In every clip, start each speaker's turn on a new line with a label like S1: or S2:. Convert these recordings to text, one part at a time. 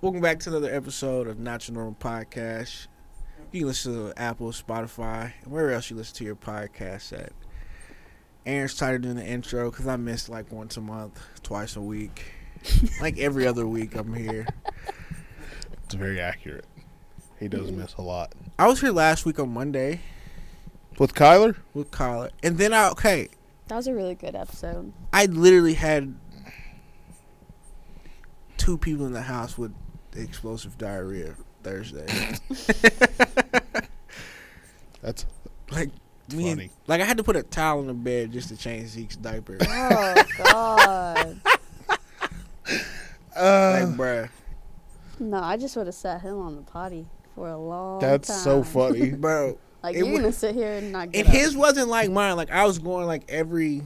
S1: Welcome back to another episode of Not Your Normal Podcast. You can listen to Apple, Spotify, and wherever else you listen to your podcast at. Aaron's tired of doing the intro because I miss like once a month, twice a week. like every other week, I'm here.
S2: It's very accurate. He does miss a lot.
S1: I was here last week on Monday
S2: With Kyler?
S1: with Kyler. And then I, okay,
S3: That was a really good episode.
S1: I literally had two people in the house with explosive diarrhea Thursday.
S2: That's
S1: like me and-
S2: Funny.
S1: like I had to put a towel on the bed just to change Zeke's diaper.
S3: Oh God!
S1: like, bruh,
S3: no, I just would have sat him on the potty for a long time.
S2: that's so funny.
S1: bro.
S3: Like
S1: It
S3: you're
S1: would-
S3: gonna sit here and not get
S1: And
S3: up.
S1: his wasn't like mine. Like I was going like every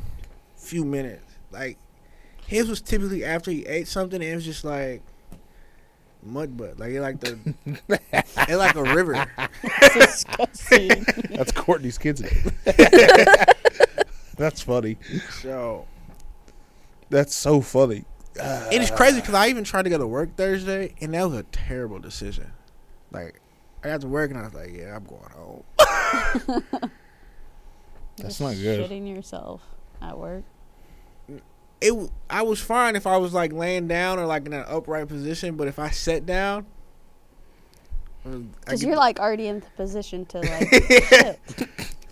S1: few minutes. Like his was typically after he ate something. And it was just like mud butt. Like it like the it like a river.
S3: It's disgusting.
S2: That's Courtney's kids. that's funny.
S1: So
S2: That's so funny.
S1: it is crazy because I even tried to go to work Thursday, and that was a terrible decision. Like I got to work and I was like, yeah, I'm going home.
S2: That's
S3: Just
S2: not good.
S3: Shitting yourself at work.
S1: it w- I was fine if I was like laying down or like in an upright position, but if I sat down,
S3: Cause you're like already in the position to like. shit.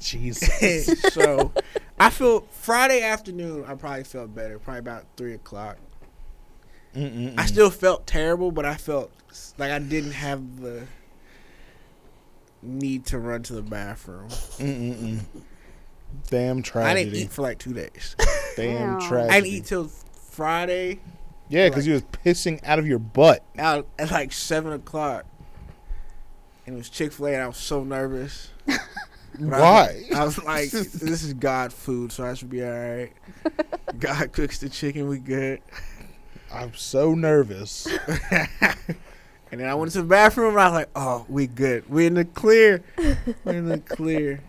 S2: Jesus.
S1: so I feel Friday afternoon I probably felt better, probably about three o'clock. I
S2: Mm-mm-mm.
S1: still felt terrible, but I felt s- like I didn't have the need to run to the bathroom.
S2: Mm-mm-mm.
S1: I
S2: Damn
S1: didn't
S2: tragedy.
S1: eat for like two days.
S2: Damn
S3: Wow.
S2: tragedy.
S1: I didn't eat till Friday
S2: yeah, because you was pissing out of your butt.
S1: out at like seven o'clock, and it was Chick Fil A, and I was so nervous. But I
S2: Why?
S1: was- I was like, this is God food, so I should be all right. God cooks the chicken, we good.
S2: I'm so nervous.
S1: And then I went to the bathroom, and I was like, oh, we good. We in the clear. We in the clear.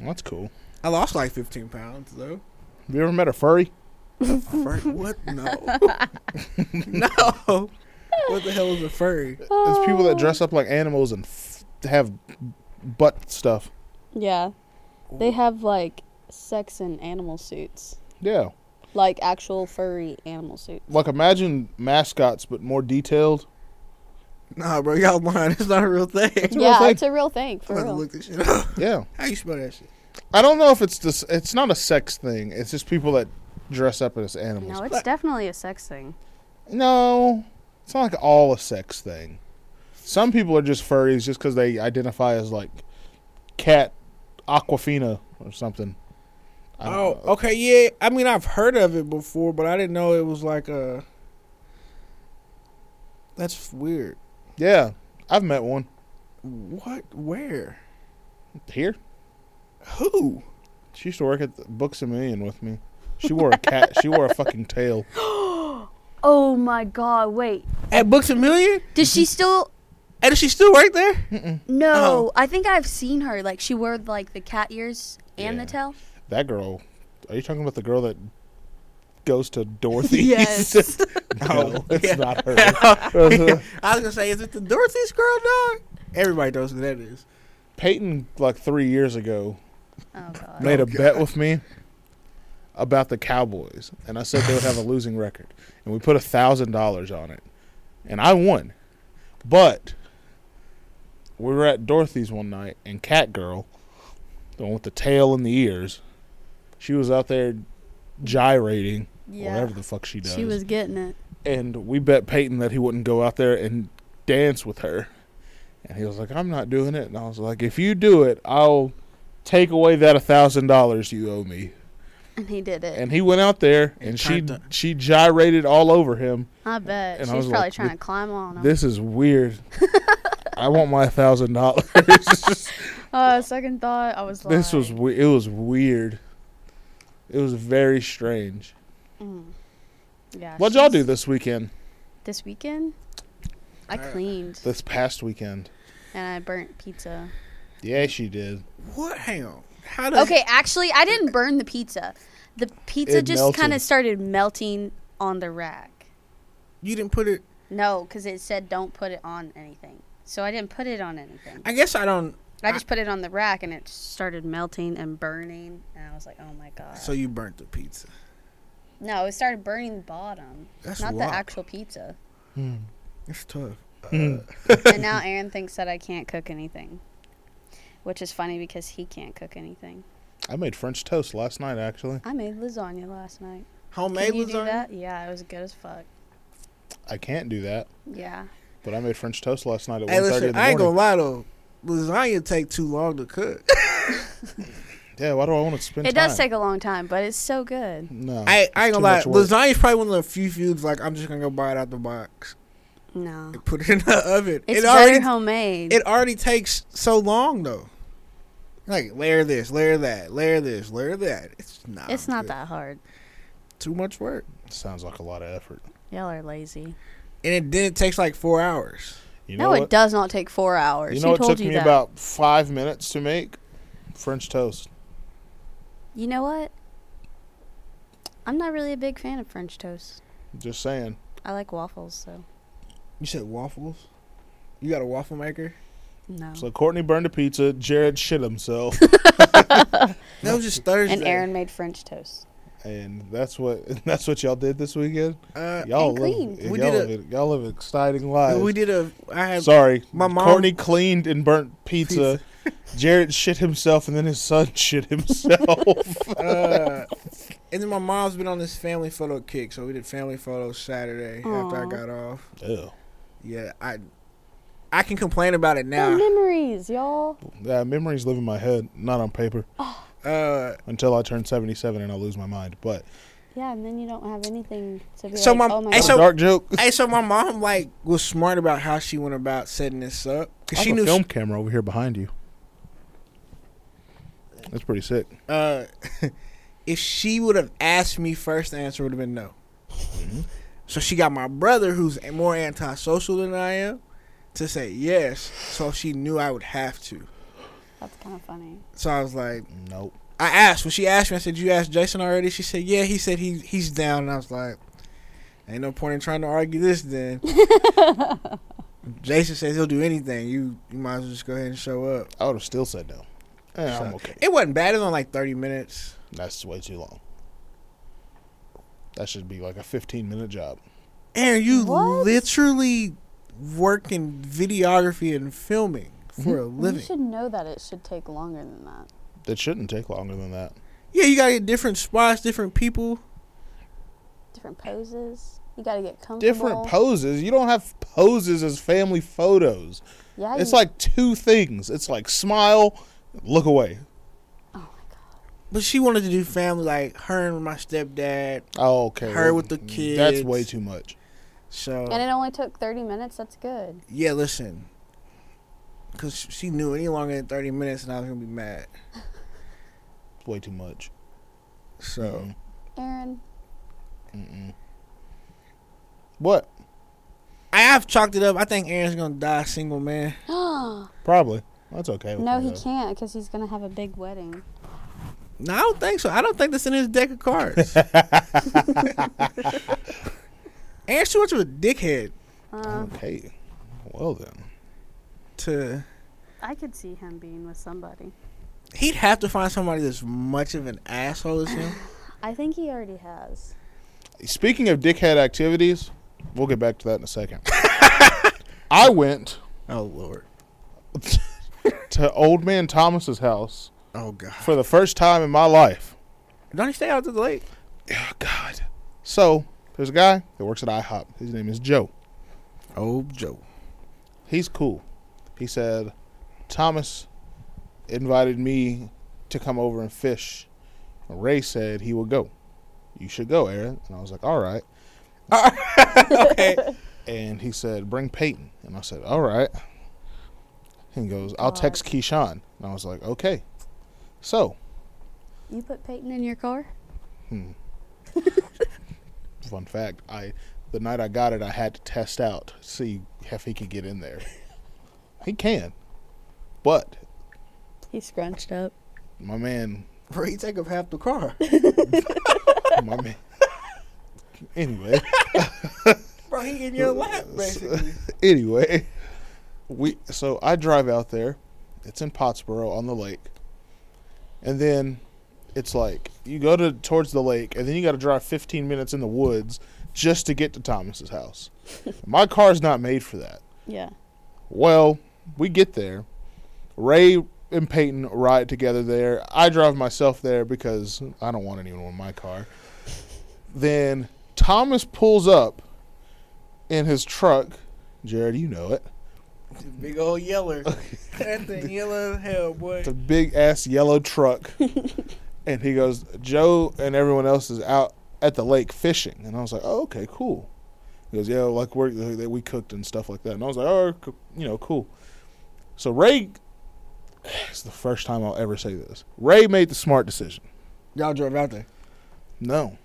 S2: That's cool.
S1: I lost like 15 pounds though.
S2: Have you ever met a furry?
S1: Fur- what? No. no. What the hell is a furry?
S2: It's people
S3: "Oh."
S2: that dress up like animals and f- have butt stuff.
S3: Yeah, they have like sex in animal suits,
S2: Yeah.
S3: like actual furry animal suits.
S2: like imagine mascots but more detailed.
S1: Nah, bro, y'all lying. It's not a real thing.
S2: real
S3: yeah,
S2: thing.
S3: it's a real thing
S1: I'm
S3: for
S1: about to
S3: real.
S1: look this shit up.
S2: Yeah,
S1: How you spell that shit?
S2: I don't know if it's this. It's not a sex thing. It's just people that dress up as animals.
S3: No, it's definitely a sex thing.
S2: No, it's not like all a sex thing. Some people are just furries just because they identify as like cat Aquafina or something. I don't
S1: Oh,
S2: know.
S1: okay, yeah. I mean, I've heard of it before, but I didn't know it was like a. That's weird.
S2: yeah, I've met one
S1: What? Where?
S2: here.
S1: Who?
S2: She used to work at the Books a Million with me. She wore a cat. she wore a fucking tail.
S3: Oh my God! Wait,
S1: At Books a Million?
S3: did she still?
S1: And is she still right there?
S2: Oh.
S4: No, I think I've seen her. Like she wore like the cat ears and
S2: Yeah.
S4: the tail.
S2: That girl. Are you talking about the girl that goes to Dorothy's?
S3: Yes.
S2: no, it's
S1: Yeah.
S2: not
S1: I
S2: her.
S1: was gonna say, is it the Dorothy's girl, dog? Everybody knows who that is.
S2: Peyton, like three years ago,
S4: Oh god.
S2: made a bet with me about the Cowboys, and I said they would have a losing record, and we put a thousand dollars on it, and I won, but we were at Dorothy's one night, and Cat Girl, the one with the tail and the ears, she was out there gyrating,
S3: Yeah.
S2: whatever the fuck she does.
S3: She was getting it.
S2: and we bet Peyton that he wouldn't go out there and dance with her. And he was like, "I'm not doing it." And I was like, "If you do it, I'll take away that a thousand dollars you owe me."
S3: And he did it.
S2: And he went out there, and she
S1: Kinda.
S2: she gyrated all over him.
S3: I bet.
S2: and I
S3: She's
S2: was
S3: probably
S2: like,
S3: trying
S2: "Thi-
S3: to climb on him.
S2: This is weird. I want my thousand dollars.
S4: Oh,
S3: Uh, second thought, I was like.
S2: This was we- it was weird. It was very strange.
S3: Mm. Yeah.
S2: What'd y'all do
S3: she's-
S2: this weekend?
S3: This weekend? I
S1: Uh,
S3: cleaned
S2: This past weekend?
S3: and I burnt pizza.
S2: Yeah, she did.
S1: What? Hang on. How does?
S4: Okay, actually, I didn't burn the pizza. The pizza
S2: It
S4: just kind
S2: melted.
S4: of started melting on the rack.
S1: You didn't put it.
S4: No, because it said don't put it on anything. So I didn't put it on anything.
S1: I guess I don't.
S4: I just put it on the rack and it started melting and burning. And I was like, oh my God.
S1: So you burnt the pizza.
S4: no, it started burning the bottom,
S1: That's
S4: not the
S1: wild.
S4: actual pizza.
S1: That's tough.
S4: and now Aaron thinks that I can't cook anything, which is funny because he can't cook anything.
S2: I made French toast last night, actually.
S4: I made lasagna last night.
S1: Homemade
S4: Can you do
S1: lasagna.
S4: that? Yeah, it was good as fuck.
S2: I can't do that,
S4: Yeah.
S2: but I made French toast last night at
S1: Hey,
S2: 1.30 in
S1: listen,
S2: the
S1: I ain't gonna
S2: morning.
S1: lie though. Lasagna take too long to cook.
S2: Yeah, why do I want to spend
S4: It
S2: time?
S4: does take a long time, but it's so good.
S2: No.
S1: I, I ain't
S2: it's
S1: gonna
S2: too
S1: lie.
S2: much work.
S1: Lasagna is probably one of the few foods like I'm just gonna go buy it out the box
S4: No.
S1: and put it in the oven.
S4: It's
S1: it
S4: better
S1: already
S4: homemade.
S1: it already takes so long though. Like layer this, layer that, layer this, layer that. It's not.
S4: it's not
S1: good.
S4: that hard.
S1: too much work,
S2: Sounds like a lot of effort.
S4: Y'all are lazy.
S1: and it, then it takes like four hours.
S2: You
S4: no,
S2: know
S4: it
S2: what?
S4: does not take four hours.
S2: You
S4: Who
S2: know what
S4: told
S2: took
S4: you
S2: me
S4: that?
S2: about five minutes to make? French toast.
S4: You know what? I'm not really a big fan of French toast.
S2: Just saying.
S4: I like waffles, so
S1: You said waffles. You got a waffle maker?
S4: no.
S2: So Courtney burned a pizza. Jared shit himself,
S1: That was just Thursday.
S4: And Aaron made French toast.
S2: and that's what that's what y'all did this weekend.
S1: Uh,
S2: Y'all
S4: And
S2: live,
S4: cleaned.
S1: We
S2: y'all,
S1: did
S2: live, y'all live exciting lives.
S1: we did a. I had
S2: Sorry,
S1: My mom-
S2: Courtney cleaned and burnt pizza. Jared shit himself, and then his son shit himself.
S1: uh, and then my mom's been on this family photo kick, so we did family photos Saturday after I
S3: Aw.
S1: got off.
S2: Ew.
S1: Yeah, I I can complain about it
S3: They're
S1: now.
S4: Oh,
S3: memories, y'all.
S2: Yeah, memories live in my head, not on paper,
S1: Uh,
S2: until I turn seventy-seven and I lose my mind. But
S3: Yeah, and then you don't have anything to be
S1: So
S3: like,
S1: my-
S3: oh my
S1: hey,
S3: god.
S2: That's
S1: so-
S2: a dark joke.
S1: hey, so my mom like was smart about how she went about setting this up
S2: I
S1: because
S2: have
S1: she
S2: a
S1: knew.
S2: film camera over here behind you. That's pretty sick.
S1: Uh, if she would have asked me first, the answer would have been no. So she got my brother, who's a- more antisocial than I am, to say yes. So she knew I would have to.
S3: That's kind of funny.
S1: So I was like,
S2: Nope.
S1: I asked when she asked me. I said, "You asked Jason already?" She said, "Yeah." He said he he's down, and I was like, "Ain't no point in trying to argue this." Then Jason says he'll do anything. You you might as well just go ahead and show up.
S2: I would have still said no. Eh, I'm okay.
S1: It wasn't bad. It was only like thirty minutes.
S2: That's way too long. That should be like a 15 minute job.
S1: Aaron, you
S3: What?
S1: literally work in videography and filming for a
S3: You
S1: living.
S3: should know that it should take longer than that.
S2: That shouldn't take longer than that.
S1: Yeah, you gotta get different spots, different people.
S3: Different poses. You gotta get
S1: Oh,
S3: comfortable.
S2: Different poses. You don't have poses as family photos.
S3: Yeah,
S2: It's
S3: you-
S2: like two things. It's like smile, look away.
S3: Oh my god.
S1: But she wanted to do family, like her and my stepdad.
S2: Oh, okay.
S1: Her with the
S2: That's
S1: kids.
S2: way too much.
S1: So
S3: And it only took 30 minutes. That's good.
S1: Yeah, listen. Because she knew any longer than 30 minutes and I was going to be mad.
S2: Way too much.
S3: Mm-hmm.
S1: So,
S2: Mm-mm.
S3: Aaron,
S2: Mm-mm. What?
S1: I have chalked it up. I think Aaron's going to die a single man.
S3: no,
S2: Probably. That's okay. with me,
S3: he
S2: though.
S3: can't because he's gonna have a big wedding.
S1: No, I don't think so. I don't think that's in his deck of cards. Aaron's too much of a dickhead
S4: Um,
S3: Uh,
S2: Okay. Well, then.
S1: to.
S3: I could see him being with somebody.
S1: He'd have to find somebody that's much of an asshole as him.
S3: I think he already has.
S2: Speaking of dickhead activities, we'll get back to that in a second. I went
S1: Oh, Lord.
S2: to old man Thomas's house
S1: Oh, God.
S2: for the first time in my life.
S1: Don't he stay out to the lake?
S2: Oh God. So there's a guy that works at IHOP. His name is Joe.
S1: Oh, Joe.
S2: He's cool. He said Thomas invited me to come over and fish. And Ray said he would go. You should go, Aaron. And I was like, All right.
S1: okay.
S2: And he said, Bring Peyton. And I said, All right. He goes, I'll
S3: God.
S2: text Keyshawn. And I was like, Okay. So,
S3: You put Peyton in your car?
S2: hmm. fun fact, I the night I got it I had to test out, see if he could get in there. he can. But
S3: He scrunched up.
S2: my man
S1: Bro, he take up half the car.
S2: my man Anyway,
S1: Bro, bro, he in your lap basically.
S2: anyway, we so I drive out there. It's in Pottsboro on the lake, and then it's like you go to towards the lake, and then you got to drive 15 minutes in the woods just to get to Thomas's house. My car's not made for that.
S3: Yeah.
S2: Well, we get there. Ray and Peyton ride together there. I drive myself there because I don't want anyone in my car. Then Thomas pulls up in his truck. Jared, you know it.
S1: Big old yeller. that thing yellow as hell, boy.
S2: It's a big ass yellow truck. and he goes, Joe and everyone else is out at the lake fishing. And I was like, oh, okay, cool. He goes, yeah, like we're, that we cooked and stuff like that. And I was like, oh, co- you know, cool. So Ray, it's the first time I'll ever say this. Ray made the smart decision.
S1: Y'all drove out there.
S2: No.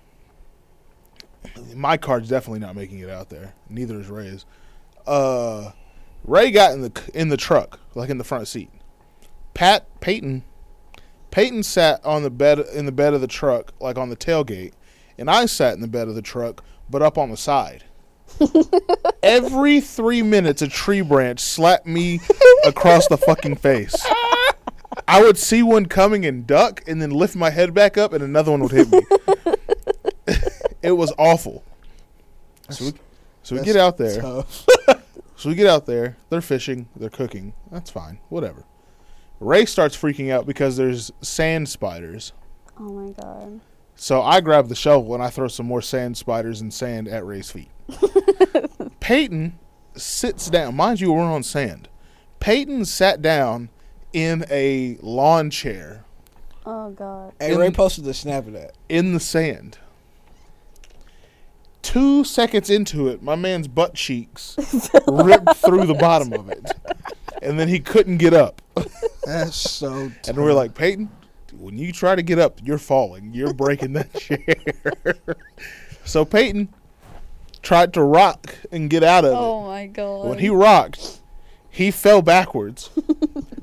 S2: My card's definitely not making it out there. Neither is Ray's. Uh, Ray got in the c- in the truck, like in the front seat. Pat Peyton, Peyton sat on the bed in the bed of the truck, like on the tailgate, and I sat in the bed of the truck, but up on the side. Every three minutes, a tree branch slapped me across the fucking face. I would see one coming and duck, and then lift my head back up, and another one would hit me. it was awful. So we, so we
S1: That's
S2: get out there.
S1: Tough.
S2: So we get out there. They're fishing. They're cooking. That's fine. Whatever. Ray starts freaking out because there's sand spiders.
S3: Oh my god.
S2: So I grab the shovel and I throw some more sand spiders and sand at Ray's feet. Peyton sits down. Mind you, we're on sand. Peyton sat down in a lawn chair
S3: Oh god.
S1: Hey, Ray posted a snap of that.
S2: in the sand. Two seconds into it, my man's butt cheeks ripped through the bottom of it. And then he couldn't get up.
S1: That's so. Tough.
S2: And we're like, Peyton, when you try to get up, you're falling. You're breaking that chair. so Peyton tried to rock and get out of
S4: Oh my god.
S2: it. When he rocked, he fell backwards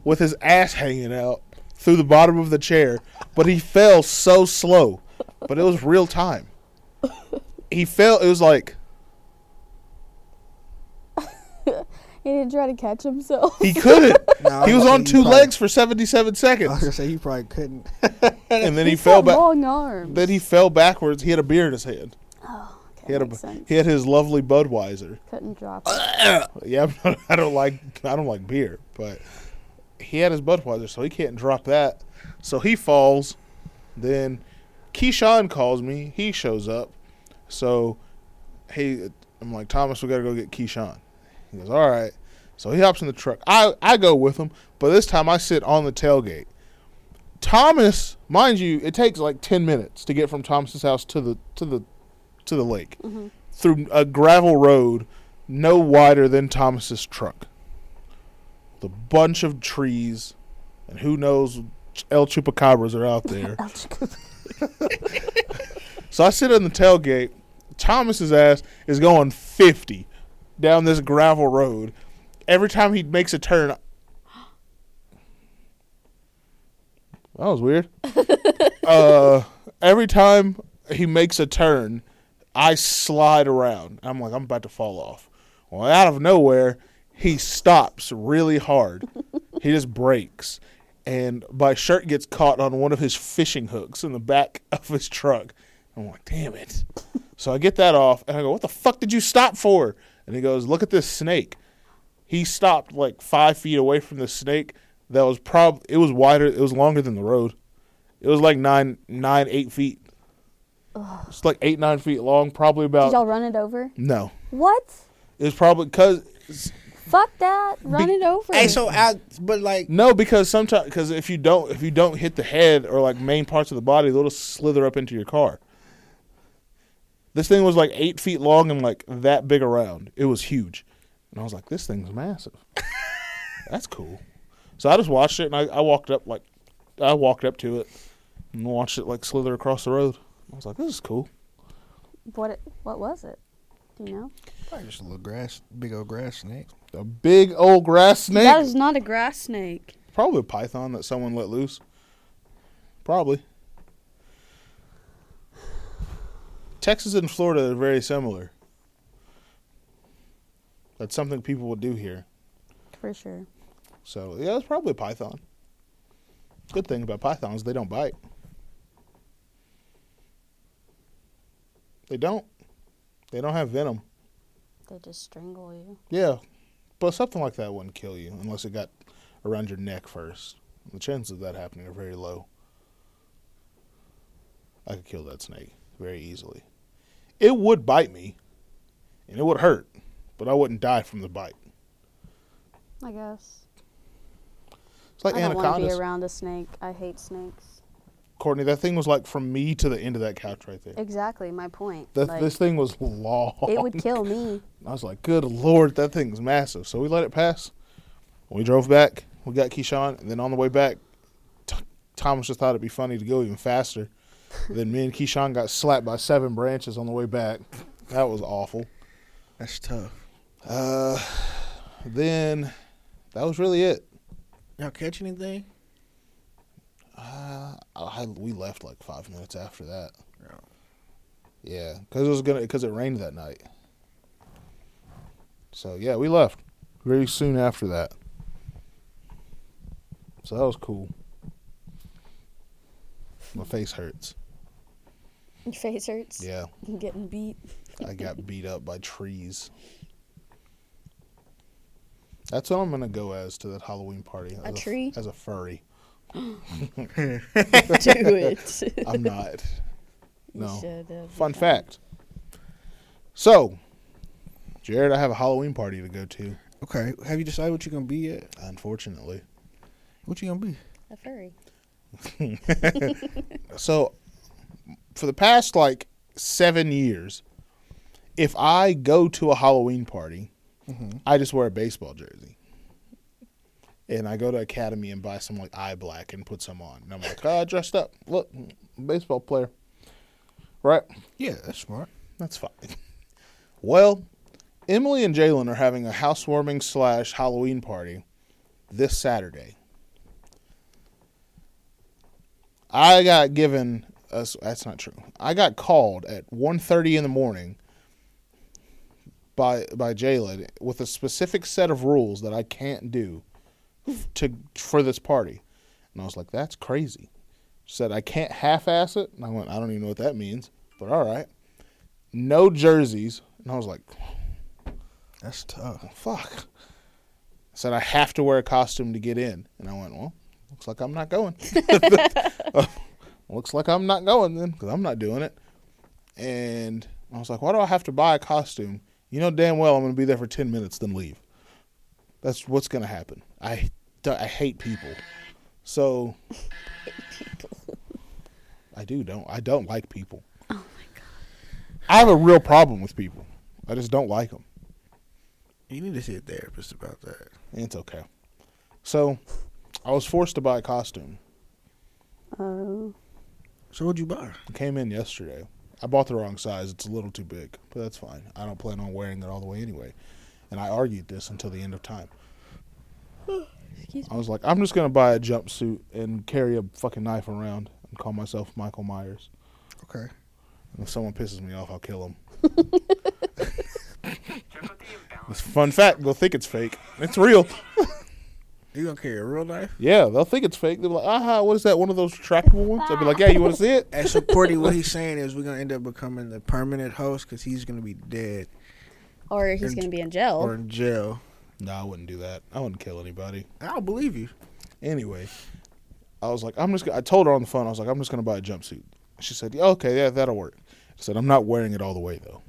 S2: with his ass hanging out through the bottom of the chair, but he fell so slow. But it was real time. He fell, it was like
S3: He didn't try to catch himself.
S2: he couldn't.
S1: Nah,
S2: He was
S1: I
S2: on
S1: think
S2: two
S1: probably-
S2: legs for 77
S1: I was
S2: seconds.
S1: gonna say he probably couldn't.
S2: And then he
S3: He's
S2: fell
S3: got
S2: back.
S3: Long arms.
S2: Then he fell backwards. He had a beer in his hand.
S3: oh, okay.
S2: He had,
S3: makes
S2: a,
S3: sense.
S2: he had his lovely Budweiser.
S3: Couldn't drop. It.
S2: Yeah, I'm not- I don't like I don't like beer, but he had his Budweiser, so he can't drop that. So he falls. Then Keyshawn calls me. He shows up. So hey, I'm like Thomas, we gotta go get Keyshawn. He goes, all right. So he hops in the truck. I I go with him, but this time I sit on the tailgate. Thomas, mind you, it takes like ten minutes to get from Thomas's house to the to the to the lake through a gravel road no wider than Thomas's truck. The bunch of trees, and who knows, El Chupacabras are out there. so I sit on the tailgate. Thomas's ass is going 50 down this gravel road. Every time he makes a turn, that was weird. uh, every time he makes a turn, I slide around. I'm like, I'm about to fall off. Well, out of nowhere, he stops really hard. he just breaks. And my shirt gets caught on one of his fishing hooks in the back of his truck. I'm like, damn it. so I get that off and I go, what the fuck did you stop for? And he goes, look at this snake. He stopped like five feet away from the snake that was probably, it was wider, it was longer than the road. It was like nine, nine, eight feet. It's like eight, nine feet long, probably about.
S3: Did y'all run it over?
S2: No,
S3: What?
S2: it was probably because
S3: Fuck that. Run
S2: Be-
S3: it over.
S1: Hey, so I, but like,
S2: no, because sometimes because if you don't if you don't hit the head or like main parts of the body, they'll just slither up into your car. This thing was like eight feet long and like that big around. It was huge, and I was like, "This thing's massive." That's cool. So I just watched it and I, I walked up like I walked up to it and watched it like slither across the road. I was like, "This is cool."
S3: what? It, what was it? Do you know?
S1: probably just a little grass, big old grass snake.
S2: A big old grass snake.
S4: That is not a grass snake.
S2: Probably a python that someone let loose. Probably. Texas and Florida are very similar. That's something people would do here.
S3: for sure.
S2: So yeah, it's probably a python. Good thing about pythons, they don't bite. They don't. They don't have venom.
S4: They just strangle you.
S2: Yeah, but something like that wouldn't kill you unless it got around your neck first. The chances of that happening are very low. I could kill that snake very easily. It would bite me, and it would hurt, but I wouldn't die from the bite.
S4: I guess.
S2: It's like
S4: I don't want to be
S2: anacondas.
S4: around a snake. I hate snakes.
S2: Courtney, that thing was like from me to the end of that couch right there.
S4: Exactly my point.
S2: That,
S4: like,
S2: this thing was long.
S4: it would kill me.
S2: I was like, good lord, that thing's massive. So we let it pass. We drove back. We got Keyshawn. And then on the way back, T- Thomas just thought it'd be funny to go even faster. then me and Keyshawn got slapped by seven branches on the way back. That was awful.
S1: That's tough.
S2: Uh, then that was really it.
S1: Y'all catch anything?
S2: Uh, I, we left like five minutes after that.
S1: No.
S2: Yeah, because it was gonna because it rained that night. So yeah, we left very soon after that. So that was cool. My face hurts.
S3: Your face hurts.
S2: Yeah,
S3: I'm getting beat.
S2: I got beat up by trees. That's what I'm gonna go as to that Halloween party. as f-
S4: tree?
S2: as a furry.
S3: Do it.
S2: I'm not. No.
S3: You should have.
S2: Fun fact. So, Jared, I have a Halloween party to go to.
S1: Okay. Have you decided what you're gonna be yet?
S2: Unfortunately.
S1: What you gonna be?
S4: A furry.
S2: So, for the past like seven years, if I go to a Halloween party, I just wear a baseball jersey. And I go to Academy and buy some like eye black and put some on. And I'm like, oh, I dressed up. Look, baseball player. Right?
S1: Yeah, that's smart.
S2: That's fine. Well, Emily and Jalen are having a housewarming slash Halloween party this Saturday. I got given us that's not true. I got called at 1:30 in the morning by by Jalen with a specific set of rules that I can't do to for this party. And I was like, that's crazy. She said I can't half ass it. And I went, I don't even know what that means, but all right no jerseys. And I was like,
S1: That's tough.
S2: fuck. I said, I have to wear a costume to get in. And I went, well, looks like I'm not going. Uh, looks like I'm not going then because I'm not doing it. And I was like, why do I have to buy a costume? You know damn well I'm going to be there for 10 minutes, then leave. That's what's going to happen. I, I hate people. So. I do don't. I don't like people. Oh my god. I have a real problem with people. I just don't like them.
S1: You need to see a therapist about that.
S2: It's okay. So, I was forced to buy a costume.
S3: Oh,
S1: So what'd you buy?
S2: It came in yesterday. I bought the wrong size. It's a little too big, but that's fine. I don't plan on wearing it all the way anyway. And I argued this until the end of time.
S3: excuse
S2: I was like, I'm just going to buy a jumpsuit and carry a fucking knife around and call myself Michael Myers.
S1: Okay.
S2: And if someone pisses me off, I'll kill him.
S5: Check out the imbalance.
S2: It's a fun fact. They'll think it's fake. It's real.
S1: You gonna carry a real knife?
S2: Yeah, they'll think it's fake. They'll be like, aha, what is that? One of those retractable ones? I'll be like, yeah, you want to see it?
S1: And so Courtney, what he's saying is we're gonna end up becoming the permanent host because he's gonna be dead
S4: Or he's
S1: And-
S4: gonna be in jail.
S1: or in jail.
S2: No, I wouldn't do that. I wouldn't kill anybody.
S1: I don't believe you.
S2: Anyway, I was like, I'm just. gonna- I told her on the phone, I was like, I'm just gonna buy a jumpsuit. She said, yeah, okay, yeah, that'll work. I said, I'm not wearing it all the way though.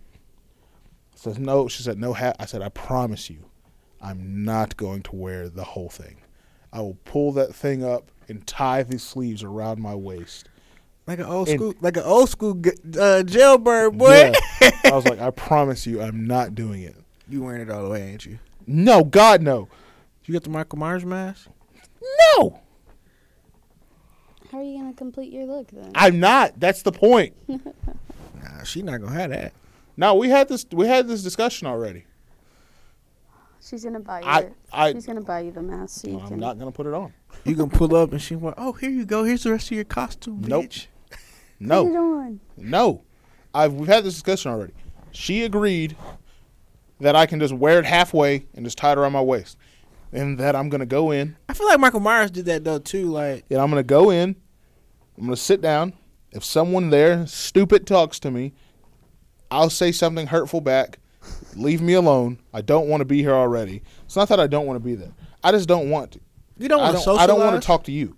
S2: I said, no. She said, no hat. I said, I promise you, I'm not going to wear the whole thing. I will pull that thing up and tie the sleeves around my waist.
S1: Like an old
S2: And-
S1: school, like an old school g- uh, jailbird boy.
S2: Yeah. I was like, I promise you, I'm not doing it.
S1: You wearing it all the way, ain't you?
S2: No, God, no,
S1: You got the Michael Myers mask.
S2: no.
S4: How are you gonna complete your look then?
S2: I'm not. That's the point.
S1: Nah, she not gonna have that.
S2: No, we had this. We had this discussion already.
S3: she's gonna buy you.
S2: I, I,
S3: she's gonna buy you the mask so you
S2: I'm
S3: can.
S2: not gonna put it on.
S1: You can pull up and she went, "Oh, here you go. Here's the rest of your costume,
S2: Nope.
S1: bitch."
S3: Put it
S2: No,
S3: on.
S2: no. I've we've had this discussion already. She agreed that I can just wear it halfway and just tie it around my waist, and that I'm gonna go in
S1: I feel like Michael Myers did that though too. Like
S2: and I'm gonna go in. I'm gonna sit down. If someone there stupid talks to me, I'll say something hurtful back. Leave me alone. I don't want to be here already. It's not that I don't want to be there. I just don't want to.
S1: you don't
S2: I
S1: want to
S2: don't,
S1: socialize.
S2: I don't want to talk to you.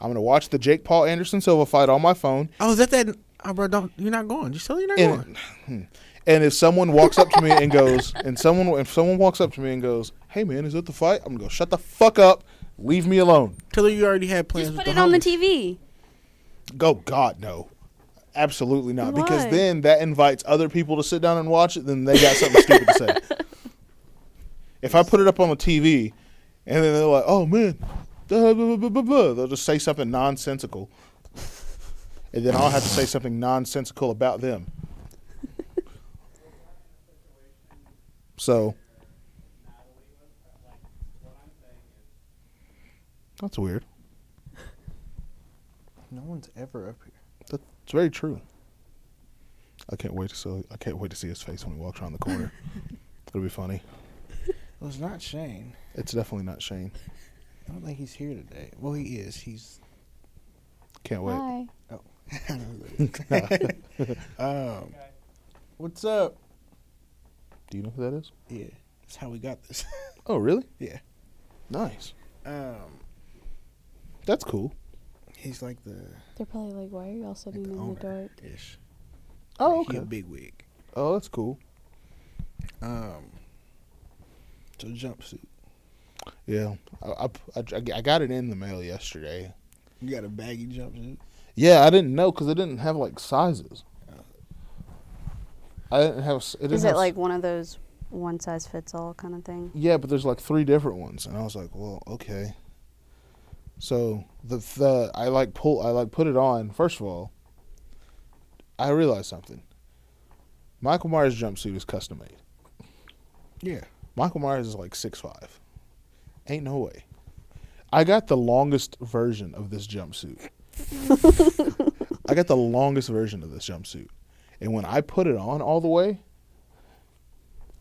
S2: I'm gonna watch the Jake Paul Anderson Silva fight on my phone,
S1: Oh, is that that? Oh, bro, don't you're not going. You still you're not going.
S2: and and if someone walks up to me and goes, and someone if someone walks up to me and goes, "Hey man, is that the fight?" I'm gonna go shut the fuck up. Leave me alone.
S1: Tell her you already had plans.
S4: Just
S1: with
S4: put it on the
S1: homies.
S4: TV.
S2: Go, God, no. Absolutely not. Because
S4: Why?
S2: then that invites other people to sit down and watch it, then they got something stupid to say. If I put it up on the TV and then they're like, oh man, da, blah, blah, blah, blah, blah," they'll just say something nonsensical. And then I'll have to say something nonsensical about them. So. That's weird.
S1: No one's ever up here.
S2: It's very true. I can't wait to see. I can't wait to see his face when he walks around the corner. It'll be funny.
S1: It was not Shane.
S2: It's definitely not Shane.
S1: I don't think he's here today. Well, he is. He's.
S2: Can't Oh, wait.
S3: Hi.
S1: um, what's up?
S2: Do you know who that is?
S1: Yeah, that's how we got this.
S2: Oh, really?
S1: Yeah.
S2: Nice.
S1: Um,
S2: That's cool.
S1: he's like the
S3: They're probably like, why are y'all sitting
S1: the
S3: in the
S1: owner.
S3: dark?
S1: ish.
S2: Oh,
S1: He a
S2: okay.
S1: big wig.
S2: Oh, that's cool.
S1: Um, so jumpsuit.
S2: Yeah, I, I, I, I got it in the mail yesterday.
S1: You got a baggy jumpsuit.
S2: Yeah, I didn't know because it didn't have like sizes. I didn't have. s- It didn't
S4: Is it
S2: have s-
S4: like one of those one size fits all kind of thing?
S2: Yeah, but there's like three different ones, and I was like, well, okay. So the the I like pull I like put it on. First of all, I realized something. Michael Myers jumpsuit is custom made.
S1: Yeah.
S2: Michael Myers is like six five. Ain't no way. I got the longest version of this jumpsuit. I got the longest version of this jumpsuit. And when I put it on all the way,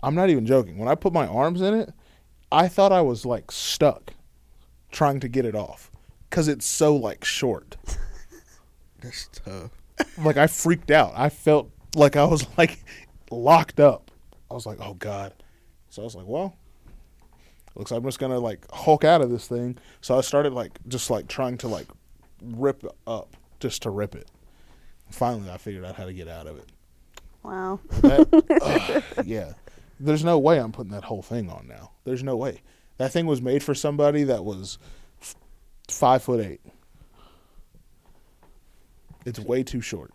S2: I'm not even joking. When I put my arms in it, I thought I was like stuck trying to get it off cuz it's so like short.
S1: That's tough.
S2: Like I freaked out. I felt like I was like locked up. I was like, "Oh god." So I was like, "Well, looks like I'm just gonna like hulk out of this thing. So I started like just like trying to like rip up just to rip it. Finally, I figured out how to get out of it.
S4: Wow.
S2: But that- ugh, yeah, there's no way I'm putting that whole thing on now. There's no way. That thing was made for somebody that was f- five foot eight. It's way too short.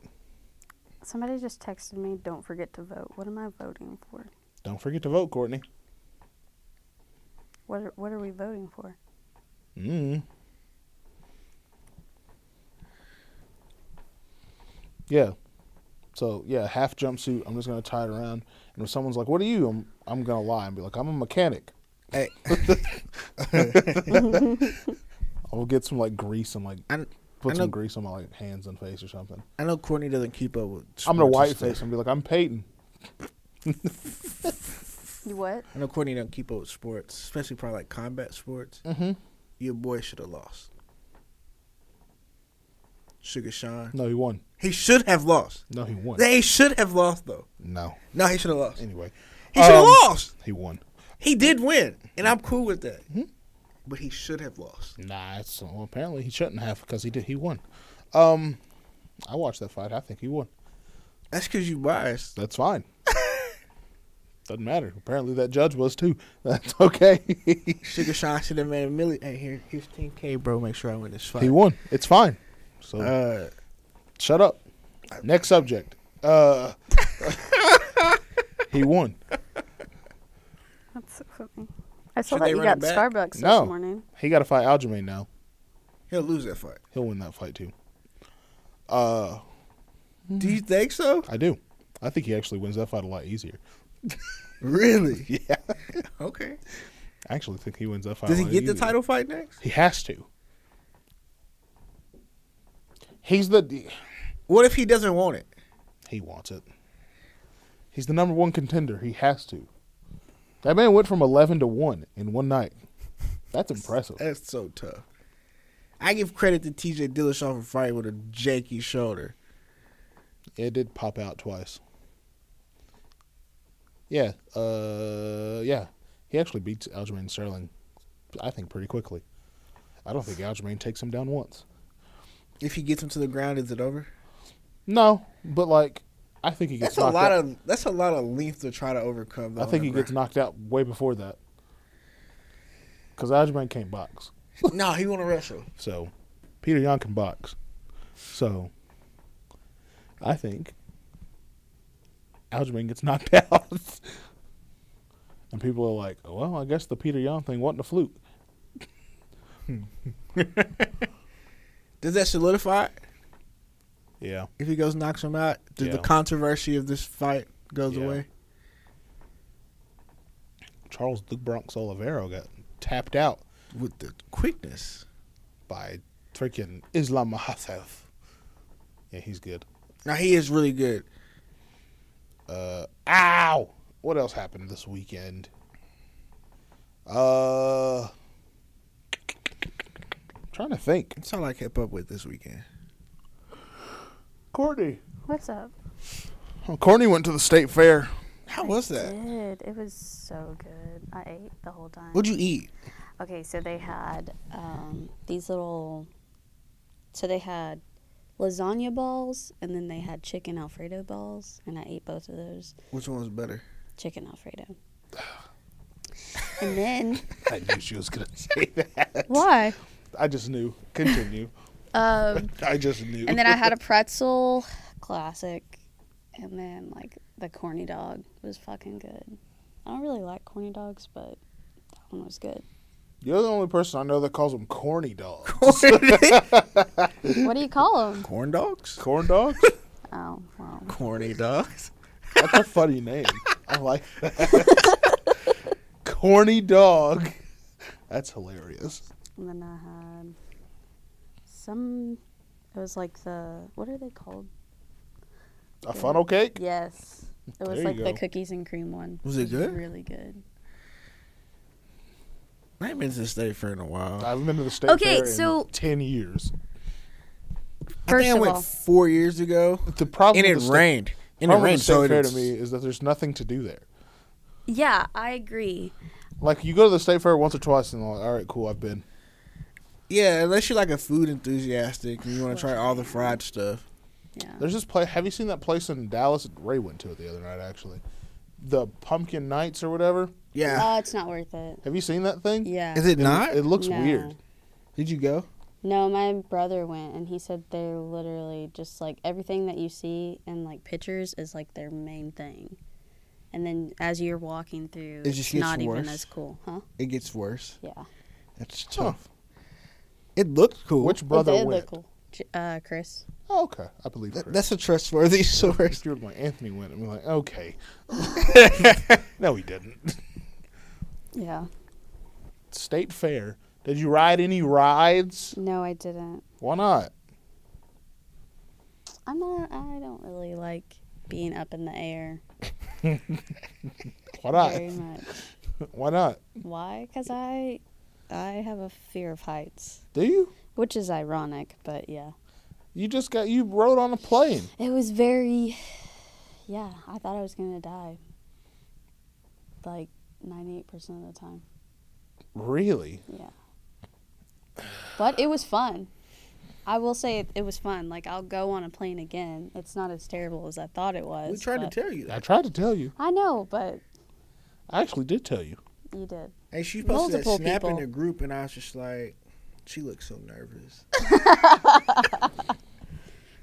S4: Somebody just texted me, don't forget to vote. What am I voting for?
S2: Don't forget to vote, Courtney.
S4: What are, what are we voting for?
S2: Mm. Yeah. So yeah, half jumpsuit. I'm just gonna tie it around. And if someone's like, "What are you?" I'm I'm gonna lie and be like, "I'm a mechanic."
S1: Hey,
S2: I'll get some like grease and like
S1: I, kn-
S2: put
S1: I
S2: some
S1: know-
S2: grease on my like hands and face or something.
S1: I know Courtney doesn't keep up with.
S2: I'm gonna
S1: sports
S2: white
S1: and
S2: face
S1: stuff.
S2: and be like, "I'm Peyton."
S4: You what?
S1: I know Courtney doesn't keep up with sports, especially probably like combat sports.
S2: Mm-hmm.
S1: Your boy should have lost. Sugar Sean.
S2: No, he won.
S1: He should have lost.
S2: No, he won.
S1: They should have lost though.
S2: No.
S1: No, he should have lost.
S2: Anyway,
S1: He should have
S2: Um,
S1: lost.
S2: he won.
S1: He did win, and I'm cool with that.
S2: Mm-hmm.
S1: But he should have lost.
S2: Nah, it's, well, apparently he shouldn't have because he did. He won. Um, I watched that fight. I think he won.
S1: That's because you biased.
S2: That's fine. Doesn't matter. Apparently that judge was too. That's okay.
S1: Sugar Sean should have made a million. Hey, here, here's 10K, bro. Make sure I win this fight.
S2: he won. It's fine. So
S1: Uh,
S2: shut up. Next subject. Uh, he won.
S4: That's so funny. I saw
S1: Should
S4: that
S1: they
S4: you
S1: run it
S4: got
S1: back?
S4: Starbucks
S2: No.
S4: this morning.
S2: He got to fight Aljamain now.
S1: he'll lose that fight.
S2: He'll win that fight too. Uh,
S1: Do
S2: Mm-hmm.
S1: you think so?
S2: I do. I think he actually wins that fight a lot easier.
S1: Really?
S2: Yeah.
S1: Okay.
S2: I actually think he wins that fight.
S1: Does
S2: a
S1: he
S2: lot
S1: get the
S2: easier.
S1: title fight next?
S2: He has to. He's the.
S1: What if he doesn't want it?
S2: He wants it. He's the number one contender. He has to. That man went from 11 to 1 in one night. That's impressive.
S1: That's so tough. I give credit to T.J. Dillashaw for fighting with a janky shoulder.
S2: It did pop out twice. Yeah, uh, yeah. He actually beats Aljamain Sterling, I think, pretty quickly. I don't think Aljamain takes him down once.
S1: If he gets him to the ground, is it over?
S2: No, but like, I think he gets
S1: That's a
S2: knocked
S1: lot
S2: out.
S1: of that's a lot of length to try to overcome. Though,
S2: I think he
S1: on the
S2: gets knocked out way before that. Because Aljamain can't box,
S1: ground. No, he want to wrestle.
S2: so Peter Yan can box, so I think Aljamain gets knocked out, and people are like, "Well, I guess the Peter Yan thing wasn't a fluke."
S1: Does that solidify it?
S2: Yeah,
S1: if he goes and knocks him out? Does the
S2: Yeah.
S1: controversy of this fight goes
S2: Yeah.
S1: away?
S2: Charles Duke Bronx Olivero got tapped out
S1: with the quickness.
S2: by freaking Islam Makhachev. Yeah, he's good.
S1: Now he is really good.
S2: Uh, ow! What else happened this weekend? Uh, trying to think.
S1: That's all I kept up with this weekend.
S2: Courtney.
S4: What's up?
S2: Oh, Courtney went to the state fair.
S1: How was that?
S4: Good. It was so good. I ate the whole time.
S1: What'd you eat?
S4: Okay, so they had um, these little. So they had lasagna balls, and then they had chicken Alfredo balls, and I ate both of those
S1: Which one was better?
S4: chicken Alfredo. and then
S2: I knew she was gonna say that.
S4: why?
S2: I just knew. Continue.
S4: Um,
S2: I just knew.
S4: and then I had a pretzel, classic, and then like the corny dog was fucking good. I don't really like corny dogs, but that one was good.
S2: You're the only person I know that calls them corny dogs.
S4: What do you call them?
S1: Corn dogs?
S2: Corn dogs?
S4: Oh, well.
S1: Corny dogs.
S2: That's a funny name. I like that. Corny dog. That's hilarious.
S4: And then I had some. It was like the what are they called?
S2: A funnel cake?
S4: Yes, it was
S2: There you
S4: like the
S2: go.
S4: cookies and cream one.
S1: Was it good?
S4: Really good.
S1: I ain't been to the state fair in a while. I,
S2: I haven't been to the state
S4: Okay,
S2: fair
S4: so-
S2: in ten years.
S4: First
S1: think I
S4: of
S1: went
S4: all,
S1: four years ago,
S2: The problem
S1: and it
S2: with the sta-
S1: rained. And it
S2: problem with
S1: rained,
S2: the state
S1: so
S2: fair
S1: it's,
S2: to me is that there's nothing to do there.
S4: yeah, I agree.
S2: Like you go to the state fair once or twice and you're like, all right, cool, I've been.
S1: yeah, unless you're like a food enthusiastic and you want to try all the fried stuff.
S4: Yeah,
S2: There's this place. Have you seen that place in Dallas? Ray went to it the other night actually. The pumpkin nights or whatever.
S1: Yeah,
S4: oh, it's not worth it.
S2: Have you seen that thing?
S4: Yeah,
S1: is it not?
S2: It looks
S4: No.
S2: weird.
S1: Did you go?
S4: No, my brother went and he said they're literally just like everything that you see in like pictures is like their main thing. And then as you're walking through,
S1: It
S4: it's
S1: just gets
S4: not even
S1: worse.
S4: as cool, huh?
S1: It gets worse.
S4: Yeah.
S1: That's tough. It looked cool.
S2: Which brother
S4: it did
S2: went?
S4: look cool. J- Uh, Chris.
S2: Oh, okay, I believe
S1: Th-
S2: Chris.
S1: that's a trustworthy source.
S2: If you were like Anthony went, I'm like, okay. no, he didn't.
S4: Yeah.
S2: State fair. Did you ride any rides?
S4: No, I didn't.
S2: Why not?
S4: I'm not. I don't really like being up in the air
S2: Why
S4: very
S2: not?
S4: much.
S2: Why not?
S4: Why? Because I, I have a fear of heights,
S2: Do you?
S4: which is ironic, but yeah.
S2: You just got you rode on a plane.
S4: It was very, yeah. I thought I was gonna die. Like ninety-eight percent of the time.
S2: Really?
S4: Yeah. But it was fun. I will say it, it was fun. Like I'll go on a plane again. It's not as terrible as I thought it was.
S1: We tried
S4: but-
S1: to tell you that.
S2: I tried to tell you.
S4: I know, but
S2: I actually did tell you.
S4: you did.
S1: And she posted that
S4: Multiple
S1: snap in
S4: people.
S1: the group, and I was just like, she looks so nervous.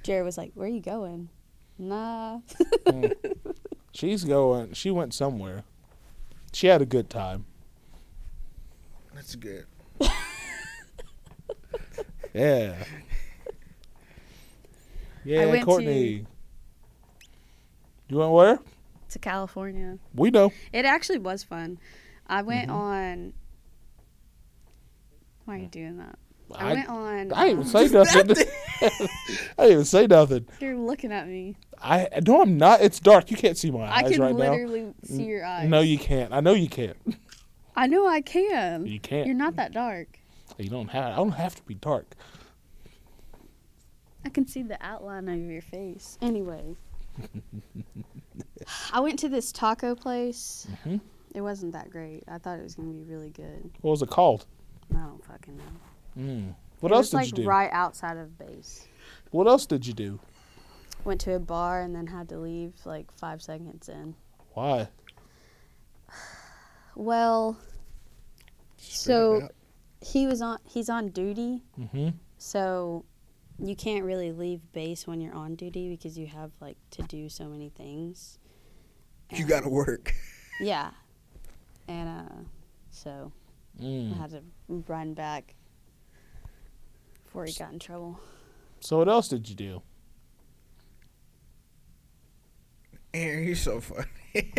S4: Jared was like, "Where are you going?" Nah.
S2: She's going. She went somewhere. She had a good time.
S1: That's good.
S2: Yeah. Yeah,
S4: went to-
S2: Courtney. You went where?
S4: to California.
S2: We know.
S4: It actually
S2: Mm-hmm.
S4: was fun. I went on. Why are you doing that?
S6: I, went on.
S2: I didn't
S6: um,
S2: even say nothing. I didn't even say nothing.
S4: You're looking at me.
S2: I no, I'm not. It's dark. You can't see my
S4: I
S2: eyes
S4: can
S2: right
S4: literally see your
S2: now.
S4: eyes.
S2: No, you can't. I know you can't.
S4: I know I can.
S2: You can't.
S4: You're not that dark.
S2: You don't have. I don't have to be dark.
S4: I can see the outline of your face. Anyway, I went to this taco place.
S2: Mhm.
S4: It wasn't that great. I thought it was gonna be really good.
S2: What was it called?
S4: I don't fucking know.
S2: Mm. What
S4: it
S2: else
S4: was
S2: did
S4: like
S2: you do?
S4: right outside of base.
S2: What else did you do?
S4: Went to a bar and then had to leave like five seconds in.
S2: Why?
S4: Well,
S1: Figured it
S4: so
S1: out.
S4: he was on. He's on duty,
S2: Mm-hmm.
S4: so you can't really leave base when you're on duty because you have like to do so many things.
S1: you gotta work.
S4: Yeah. And uh so I
S2: Mm.
S4: had to run back before he got in trouble.
S2: So what else did you do?
S1: Aaron, you're so funny.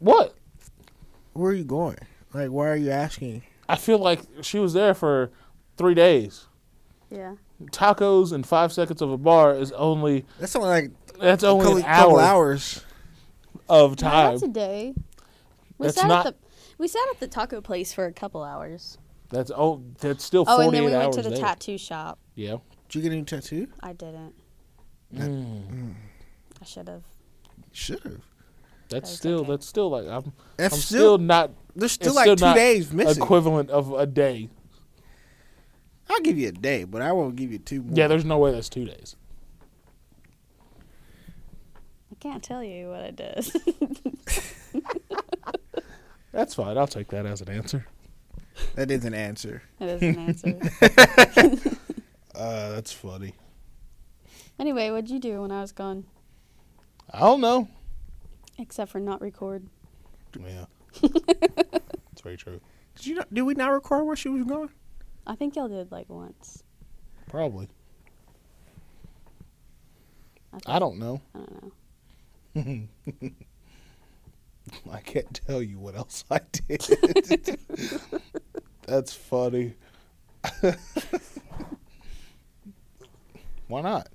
S2: What?
S1: Where are you going? Like, why are you asking?
S2: I feel like she was there for three days.
S4: Yeah.
S2: Tacos and five seconds of a bar is only
S1: That's only like
S2: that's
S1: a
S2: only
S1: couple,
S2: an
S1: couple
S2: hour
S1: hours.
S2: of time.
S4: that's a day. We
S2: That's
S4: sat
S2: not-
S4: at the we sat at the taco place for a couple hours.
S2: That's oh, that's still
S4: Oh,
S2: forty-eight
S4: and then we went
S2: hours
S4: to the
S2: there.
S4: tattoo shop.
S2: yeah.
S1: Did you get any tattoo?
S4: I didn't.
S2: Mm.
S4: I should have.
S1: Should have.
S2: That's
S4: That's
S2: still
S4: okay.
S2: that's still like I'm, I'm
S1: That's
S2: still,
S1: still,
S2: not
S1: there's still
S2: it's
S1: like
S2: still
S1: two
S2: not
S1: days missing.
S2: equivalent of a day.
S1: I'll give you a day, but I won't give you two more.
S2: Yeah, there's no way that's two days.
S4: I can't tell you what I did.
S2: That's fine. I'll take that as an answer.
S1: that is an answer.
S4: that is an answer.
S2: Uh, that's funny.
S4: anyway, what'd you do when I was gone?
S2: I don't know.
S4: Except for not record.
S2: Yeah, it's very true.
S1: Did you not, did we not record where she was going?
S4: I think y'all did like once.
S2: Probably.
S4: I, think,
S2: I don't know.
S4: I don't know.
S2: I can't tell you what else I did. That's funny. Why not?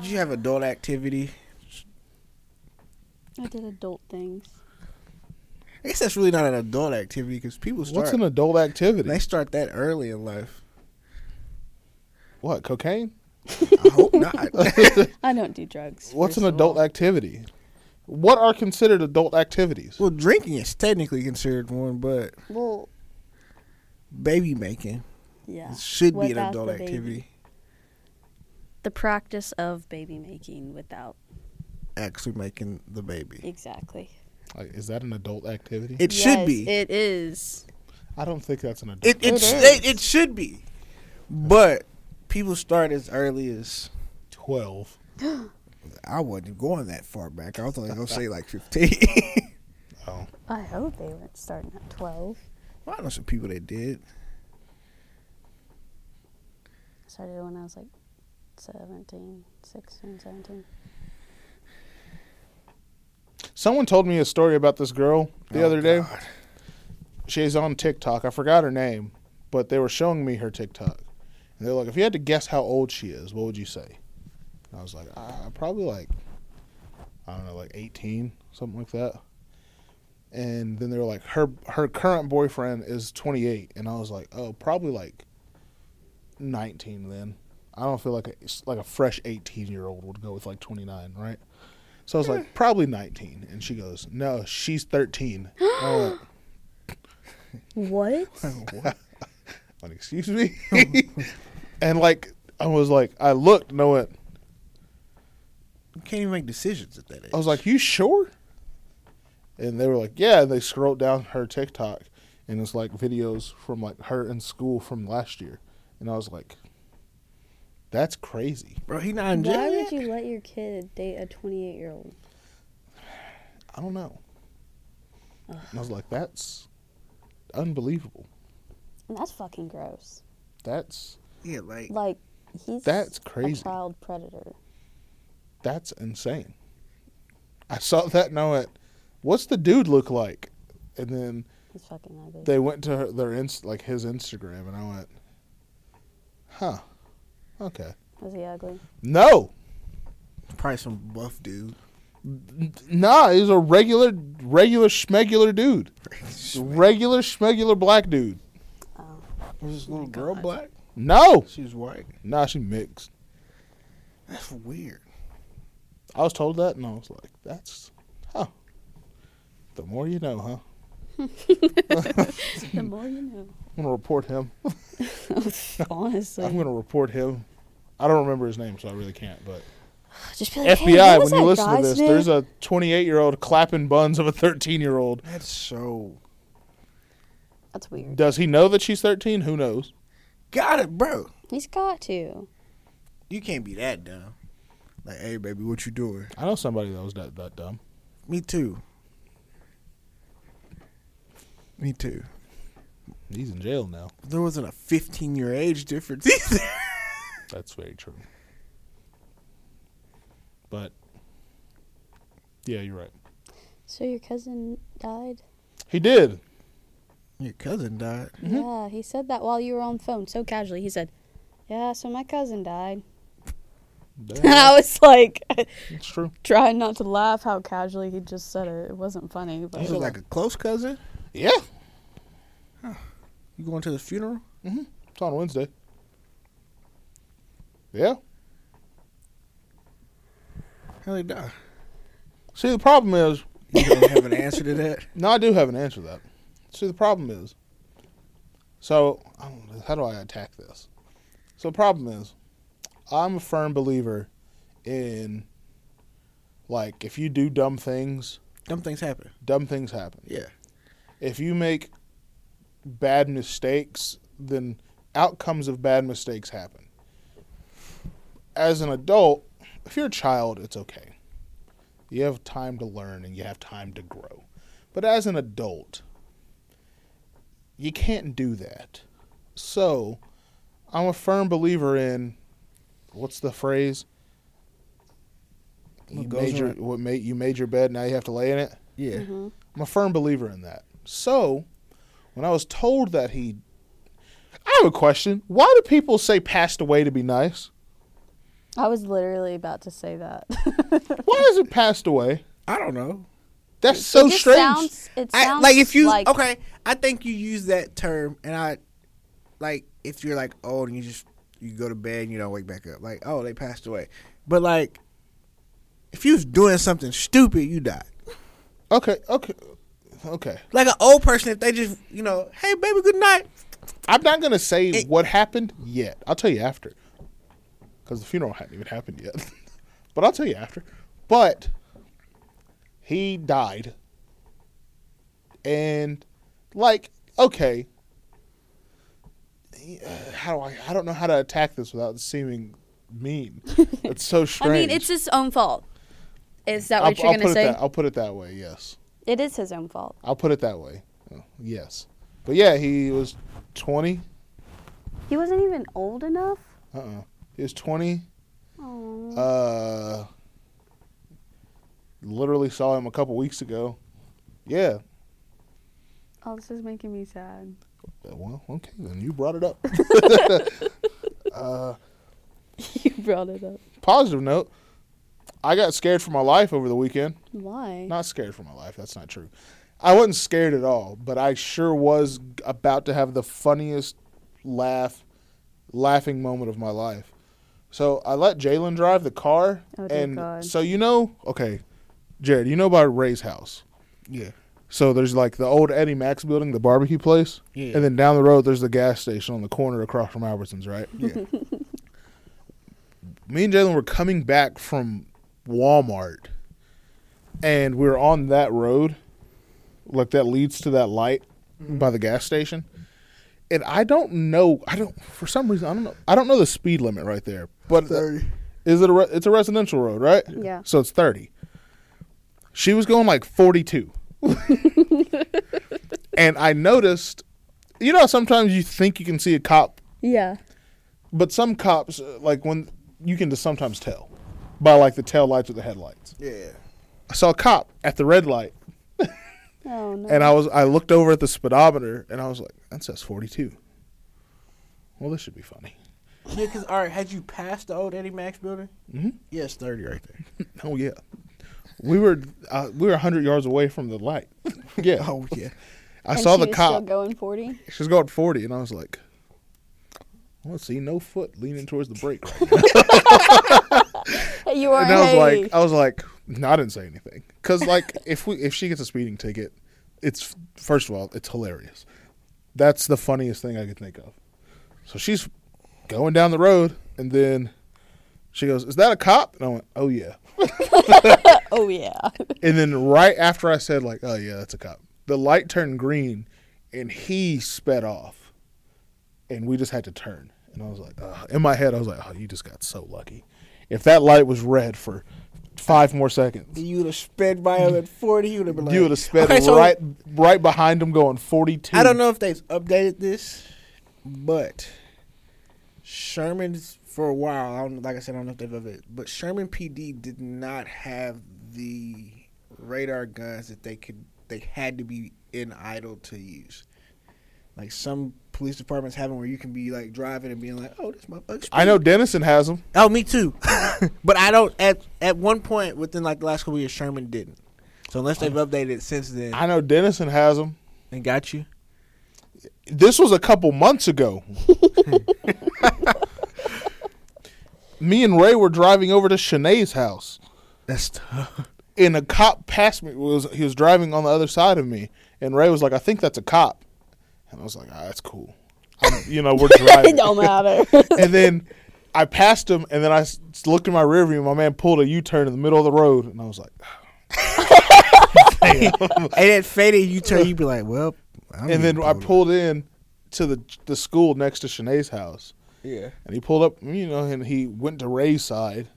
S1: Did you have adult activity?
S4: I did adult things.
S1: I guess that's really not an adult activity because people start
S2: What's an adult activity?
S1: they start that early in life.
S2: What cocaine?
S1: I hope not.
S4: I don't do drugs.
S2: What's
S4: first
S2: an
S4: of
S2: adult
S4: all.
S2: activity? What are considered adult activities?
S1: well, drinking is technically considered one, but
S4: Well,
S1: baby making
S4: yeah.
S1: should be an
S4: Without
S1: adult
S4: the baby.
S1: activity.
S4: The practice of baby making without.
S1: Actually, making the baby.
S4: Exactly.
S2: Like, is that an adult activity?
S1: It should be.
S4: It is.
S2: I don't think that's an adult.
S1: It
S4: It
S1: it
S4: is.
S1: it, it should be, but people start as early as
S2: Twelve.
S1: I wasn't going that far back. I was only gonna say like fifteen.
S2: Oh,
S4: I hope they weren't starting at 12.
S1: well, I know some people that did.
S4: Started when I was like 17, 16, 17.
S2: someone told me a story about this girl the
S1: Oh,
S2: other day.
S1: God.
S2: She's on TikTok. I forgot her name, but they were showing me her TikTok, and they're like, "If you had to guess how old she is, what would you say?" And I was like, uh, "Probably like, I don't know, like 18, something like that." And then they were like, "Her her current boyfriend is 28," and I was like, "Oh, probably like 19 then." I don't feel like a, like a fresh 18 year old would go with like 29, right? So I was like, probably 19. And she goes, no, she's 13. And I went,
S4: What?
S2: like, excuse me? and like, I was like, I looked and I went,
S1: You can't even make decisions at that age.
S2: I was like, you sure? And they were like, yeah. And they scrolled down her TikTok and it's like videos from like her in school from last year. And I was like, that's crazy.
S1: bro, he not in jail.
S6: Why would
S1: yet?
S6: you let your kid date a 28 year old?
S2: I don't know. And I was like, that's unbelievable.
S6: And that's fucking gross.
S2: That's
S1: Yeah, like
S6: Like, he's
S2: that's
S6: a
S2: crazy.
S6: child predator.
S2: That's insane. I saw that and I went, what's the dude look like? And then
S3: He's fucking ugly.
S2: They went to her, their inst like his Instagram, and I went, "Huh, okay."
S3: Was he ugly?
S2: No,
S1: Probably some buff dude.
S2: N- nah, he's a regular, regular schmegular dude, regular schmegular black dude.
S3: Oh.
S1: Was this little girl black?
S2: No,
S1: She was white.
S2: nah, she mixed.
S1: That's weird.
S2: I was told that, and I was like, "That's huh." The more you know, huh?
S3: the more you know.
S2: I'm gonna report him. I'm
S3: Honestly.
S2: gonna report him. I don't remember his name, so I really can't. But
S3: Just be like, hey,
S2: FBI,
S3: what was
S2: when you
S3: that
S2: listen to
S3: guy's
S2: this,
S3: name?
S2: there's a 28 year old clapping buns of a 13 year old.
S1: That's so.
S3: That's weird.
S2: Does he know that she's 13? Who knows?
S1: Got it, bro.
S4: He's got to.
S1: You can't be that dumb. Like, hey, baby, what you doing?
S2: I know somebody that was that, that dumb.
S1: Me too. Me too.
S2: He's in jail now.
S1: There wasn't a 15 year age difference either.
S2: That's very true. But yeah, you're right.
S4: So your cousin died?
S2: He did.
S1: Your cousin died.
S2: Mm-hmm.
S4: Yeah, he said that while you were on the phone so casually. He said, Yeah, so my cousin died. And I was like,
S2: It's true.
S4: trying not to laugh how casually he just said it. It wasn't funny,
S1: You
S4: but
S1: look like a close cousin.
S2: Yeah,
S1: You going to the funeral?
S2: it's on Wednesday. Yeah.
S1: How they die?
S2: See, the problem is,
S1: You don't have an answer to that.
S2: No, I do have an answer to that. See, the problem is, so I don't know, how do I attack this? So, the problem is, I'm a firm believer in like if you do dumb things,
S1: Dumb things happen.
S2: dumb things happen.
S1: Yeah.
S2: If you make bad mistakes, then outcomes of bad mistakes happen. As an adult, if you're a child, it's okay. You have time to learn and you have time to grow. But as an adult, you can't do that. So, I'm a firm believer in what's the phrase? You
S1: What goes
S2: made your,
S1: around-
S2: what made, you made your bed, now you have to lay in it.
S1: Yeah.
S2: I'm a firm believer in that. So, when I was told that he, I have a question. Why do people say passed away to be nice?
S4: I was literally about to say that.
S2: Why is it passed away?
S1: I don't know.
S2: That's so
S4: it just
S2: strange.
S4: sounds it
S1: I,
S4: sounds
S1: like if you
S4: like
S1: okay, I think you use that term, and I like if you're like old and you just you go to bed and you don't wake back up, like oh they passed away, but like if you was doing something stupid, you died.
S2: Okay, okay, okay.
S1: Like an old person, if they just you know, hey baby, good night.
S2: I'm not gonna say
S1: It-
S2: what happened yet. I'll tell you after, because the funeral hadn't even happened yet. but I'll tell you after. But he died, and like, okay, He- uh, how do I? I don't know how to attack this without seeming mean. It's so
S4: I
S2: strange.
S4: mean, it's his own fault. Is that
S2: I'll,
S4: what you're
S2: I'll
S4: going to
S2: put
S4: say?
S2: it that. I'll put it that way. Yes.
S4: It is his own fault.
S2: I'll put it that way. Oh, Yes. But yeah, he was twenty.
S3: He wasn't even old enough.
S2: Uh. uh He was twenty.
S3: Oh.
S2: Uh, literally saw him a couple weeks ago. Yeah.
S3: oh, this is making me sad.
S2: Well, okay, then you brought it up. uh,
S4: you brought it up.
S2: positive note. I got scared for my life over the weekend.
S4: Why?
S2: Not scared for my life. That's not true. I wasn't scared at all, but I sure was about to have the funniest laugh, laughing moment of my life. So I let Jalen drive the car,
S3: Oh, dear
S2: and
S3: God.
S2: so you know, okay, Jared, you know about Ray's house.
S1: Yeah,
S2: So there's like the old Eddie Max building, the barbecue place,
S1: Yeah.
S2: and then down the road there's the gas station on the corner across from Albertsons, right?
S1: yeah.
S2: Me and Jalen were coming back from Walmart, and we were on that road, like that leads to that light
S1: Mm-hmm.
S2: by the gas station, and I don't know, I don't for some reason I don't know, I don't know the speed limit right there, but
S1: Thirty.
S2: is it a re- it's a residential road, right?
S3: Yeah.
S2: So it's 30. She was going like 42. and I noticed, you know, how sometimes you think you can see a cop,
S4: Yeah.
S2: but some cops, uh, like when you can just sometimes tell by like the tail lights or the headlights.
S1: yeah.
S2: I saw a cop at the red light
S3: Oh no.
S2: And I was I looked over at the speedometer and I was like, that says 42. Well, this should be funny.
S1: Yeah, cause all right, had you passed the old Eddie Max building?
S2: Mhm.
S1: Yes, thirty right there.
S2: Oh yeah, we were uh, we were 100 yards away from the light. yeah,
S1: Oh yeah.
S2: I
S4: And
S2: saw
S4: she
S2: the
S4: was Still
S2: cop.
S4: going forty.
S2: She was going 40, and I was like, I don't see no foot leaning towards the brake. Right now.
S4: You are.
S2: and I was
S4: hey.
S2: like, I was like, no, I didn't say anything because like if we if she gets a speeding ticket, it's first of all it's hilarious. That's the funniest thing I could think of. So she's going down the road, and then she goes, "Is that a cop?" And I went, "Oh yeah."
S4: oh yeah.
S2: And then right after I said like, "Oh yeah, that's a cop," the light turned green, and he sped off, and we just had to turn. And I was like, uh, in my head, I was like, "Oh, you just got so lucky." If that light was red for five more seconds,
S1: You would have sped by him at forty. You would have been like,
S2: you would have sped
S1: Okay, so
S2: right right behind him, going forty-two.
S1: I don't know if they've updated this, but Sherman's for a while. I don't like I said, I don't know if they've updated, but Sherman PD did not have the radar guns that they could. They had to be in idle to use. Like some police departments have them where you can be like driving and being like, "Oh, this motherfucker."
S2: I know Dennison has them.
S1: Oh, me too. but I don't. At at one point within like the last couple years, Sherman didn't. So unless they've updated it since then
S2: I know Dennison has them.
S1: and got you,
S2: this was a couple months ago. me and Ray were driving over to Shanae's house,
S1: that's tough.
S2: and a cop passed me. Was he was driving on the other side of me, and Ray was like, "I think that's a cop," and I was like, "Ah, that's cool." I'm- you know, we're
S4: It
S2: driving,
S4: don't matter.
S2: and then I passed him, and then I s- looked in my rearview, and my man pulled a U-turn in the middle of the road, and I was like,
S1: and it faded. You turn, you be like, well. I'm
S2: and then
S1: getting
S2: I
S1: pulled
S2: pulled in to the the school next to Shanae's house.
S1: Yeah.
S2: And he pulled up, you know, and he went to Ray's side.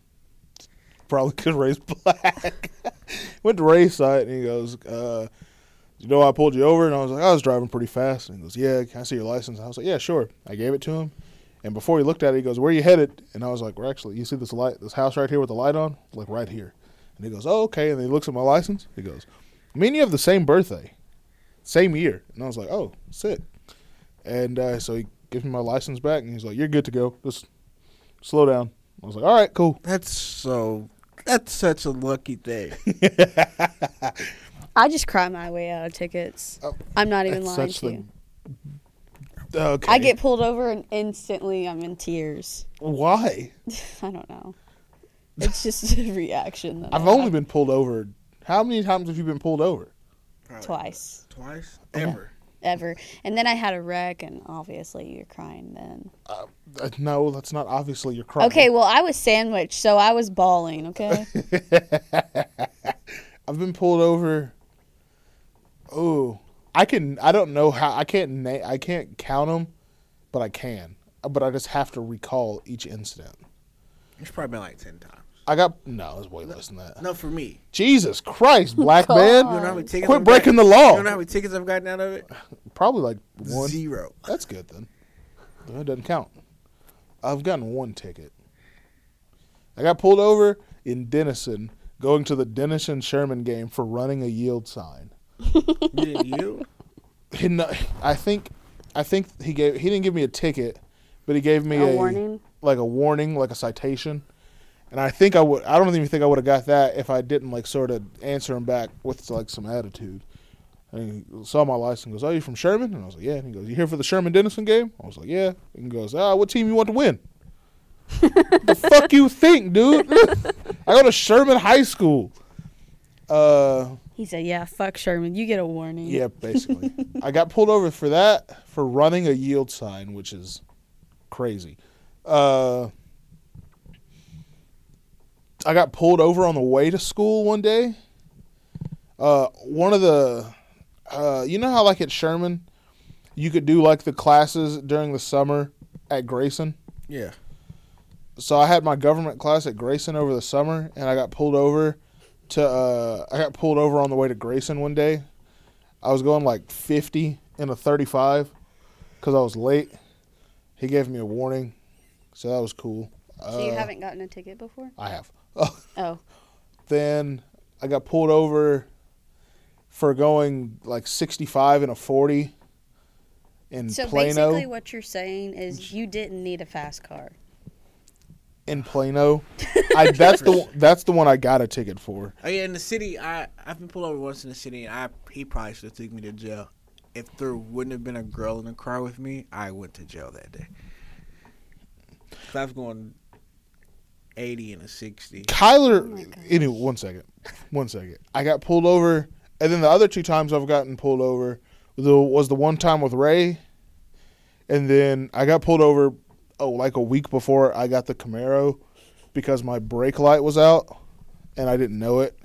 S2: Probably because Ray's black. went to Ray's side and he goes, uh, You know, I pulled you over. And I was like, I was driving pretty fast. And he goes, Yeah, can I see your license? And I was like, Yeah, sure. I gave it to him. And before he looked at it, he goes, Where you headed? And I was like, Well, actually, you see this light, this house right here with the light on? Like right here. And he goes, Oh, okay. And he looks at my license. He goes, Me and you have the same birthday, same year. And I was like, Oh, sick. And uh, so he gives me my license back, and he's like, "You're good to go. Just slow down." I was like, "All right, cool."
S1: That's so. That's such a lucky thing.
S4: I just cry my way out of tickets.
S2: Oh,
S4: I'm not even
S2: That's
S4: lying
S2: such
S4: to you.
S2: the. Okay.
S4: I get pulled over and instantly I'm in tears.
S2: why?
S4: I don't know. It's just a reaction. That
S2: I've
S4: I
S2: only
S4: have
S2: been pulled over. How many times have you been pulled over?
S4: twice
S1: Twice?
S2: Okay.
S1: Ever.
S4: ever, and then I had a wreck, and obviously you're crying then.
S2: Uh, no, that's not obviously your crime.
S4: Okay, well I was sandwiched, so I was bawling. Okay,
S2: I've been pulled over. Oh, I can. I don't know how. I can't. Na- I can't count them, but I can. But I just have to recall each incident.
S1: It's probably been like 10 times.
S2: I got no. It was way less than that.
S1: No, for me.
S2: Jesus Christ, black man.
S1: You know how many tickets
S2: Quit
S1: I've gotten-
S2: breaking the law.
S1: You know how many tickets I've gotten out of it?
S2: Probably like one.
S1: Zero.
S2: That's good then. That doesn't count. I've gotten one ticket. I got pulled over in Denison going to the Denison Sherman game for running a yield sign.
S1: Did you?
S2: He no- I think I think he gave he didn't give me a ticket, but he gave me
S3: A
S2: a,
S3: warning?
S2: like a warning, like a citation. And I think I would I don't even think I would have got that if I didn't like sort of answer him back with like some attitude. And he saw my license and goes, "Oh, you from Sherman?" And I was like, "Yeah." And he goes, "You here for the Sherman Denison game?" I was like, "Yeah." And he goes, "Ah, what team you want to win?" the fuck you think, dude? I go to Sherman High School. Uh,
S4: he said, "Yeah, fuck Sherman, you get a warning."
S2: yeah, basically. I got pulled over for that for running a yield sign, which is crazy. Uh, I got pulled over on the way to school one day. Uh, one of the, uh, you know how like at Sherman, you could do like the classes during the summer at Grayson.
S1: Yeah.
S2: So I had my government class at Grayson over the summer, and I got pulled over to uh, I got pulled over on the way to Grayson one day. I was going like 50 in a 35 because I was late. He gave me a warning, so that was cool.
S4: So you
S2: Uh,
S4: haven't gotten a ticket before?
S2: I have.
S4: Oh,
S2: then I got pulled over for going like 65 and a 40 in
S4: So
S2: Plano.
S4: basically, what you're saying is you didn't need a fast car.
S2: in Plano. I that's the that's the one I got a ticket for.
S1: Oh yeah, in the city, I I've been pulled over once in the city, and I he probably should have took me to jail. If there wouldn't have been a girl in the car with me, I went to jail that day. 'Cause I was going eighty and a sixty.
S2: Kyler. anyway, one second, one second. I got pulled over, and then the other two times I've gotten pulled over the, was the one time with Ray, and then I got pulled over. Oh, like a week before I got the Camaro, because my brake light was out, and I didn't know it,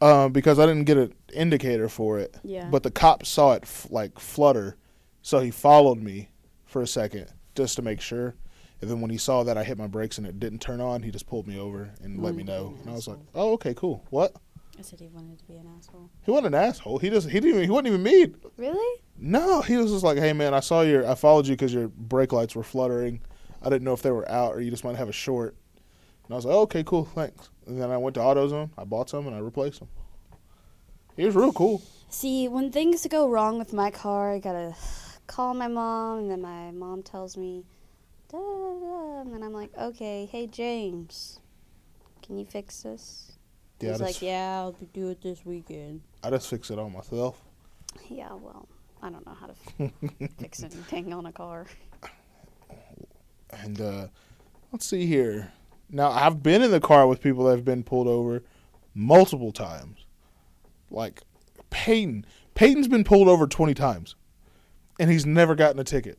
S2: um, because I didn't get an indicator for it.
S3: Yeah.
S2: But the cop saw it f- like flutter, so he followed me for a second just to make sure. And then when he saw that I hit my brakes and it didn't turn on, he just pulled me over and let me know. And I was like, "Oh, okay, cool. What?
S3: I said he wanted to be an asshole.
S2: He wasn't an asshole. He just he didn't even, he wasn't even mean.
S3: Really?
S2: No, he was just like, "Hey, man, I saw your I followed you because your brake lights were fluttering. I didn't know if they were out or you just might have a short." And I was like, oh, "Okay, cool, thanks." And then I went to AutoZone. I bought some and I replaced them. He was real cool.
S3: See, when things go wrong with my car, I gotta call my mom, and then my mom tells me, da, da, da, da, and then I'm like, okay, hey James, can you fix this?
S2: Yeah, I
S3: He's
S2: just,
S3: like, yeah, I'll do it this weekend.
S2: I just fixed it all myself.
S3: Yeah, well, I don't know how to f- fix anything on a car.
S2: And uh, let's see here. Now I've been in the car with people that have been pulled over multiple times. Like Peyton. Peyton's been pulled over twenty times, and he's never gotten a ticket.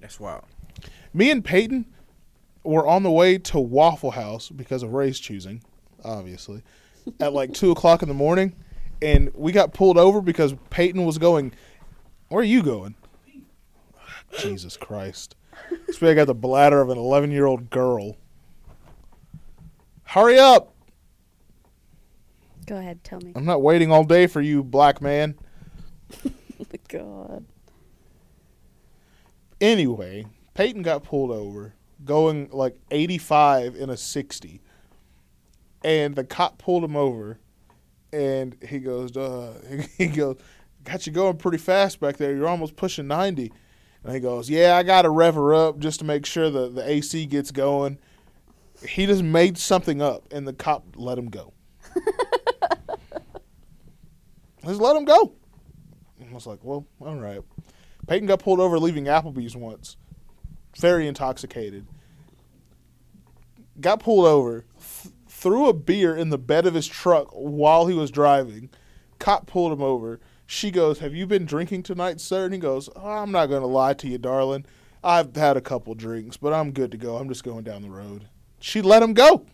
S1: That's wild.
S2: Me and Peyton were on the way to Waffle House because of Ray's choosing, obviously, at like two o'clock in the morning, and we got pulled over because Peyton was going. Where are you going? Jesus Christ! This I got the bladder of an eleven-year-old girl. Hurry up!
S4: Go ahead, tell me.
S2: I'm not waiting all day for you, black man.
S4: Oh my God.
S2: anyway, Peyton got pulled over going like 85 in a 60. And the cop pulled him over and he goes, uh, he goes, got you going pretty fast back there. You're almost pushing 90. And he goes, yeah, I got to rev her up just to make sure the, the AC gets going. He just made something up and the cop let him go. just let him go. I was like, well, all right. Peyton got pulled over leaving Applebee's once, very intoxicated. Got pulled over, th- threw a beer in the bed of his truck while he was driving. Cop pulled him over. She goes, Have you been drinking tonight, sir? And he goes, "Oh, I'm not going to lie to you, darling. I've had a couple drinks, but I'm good to go. I'm just going down the road. She let him go.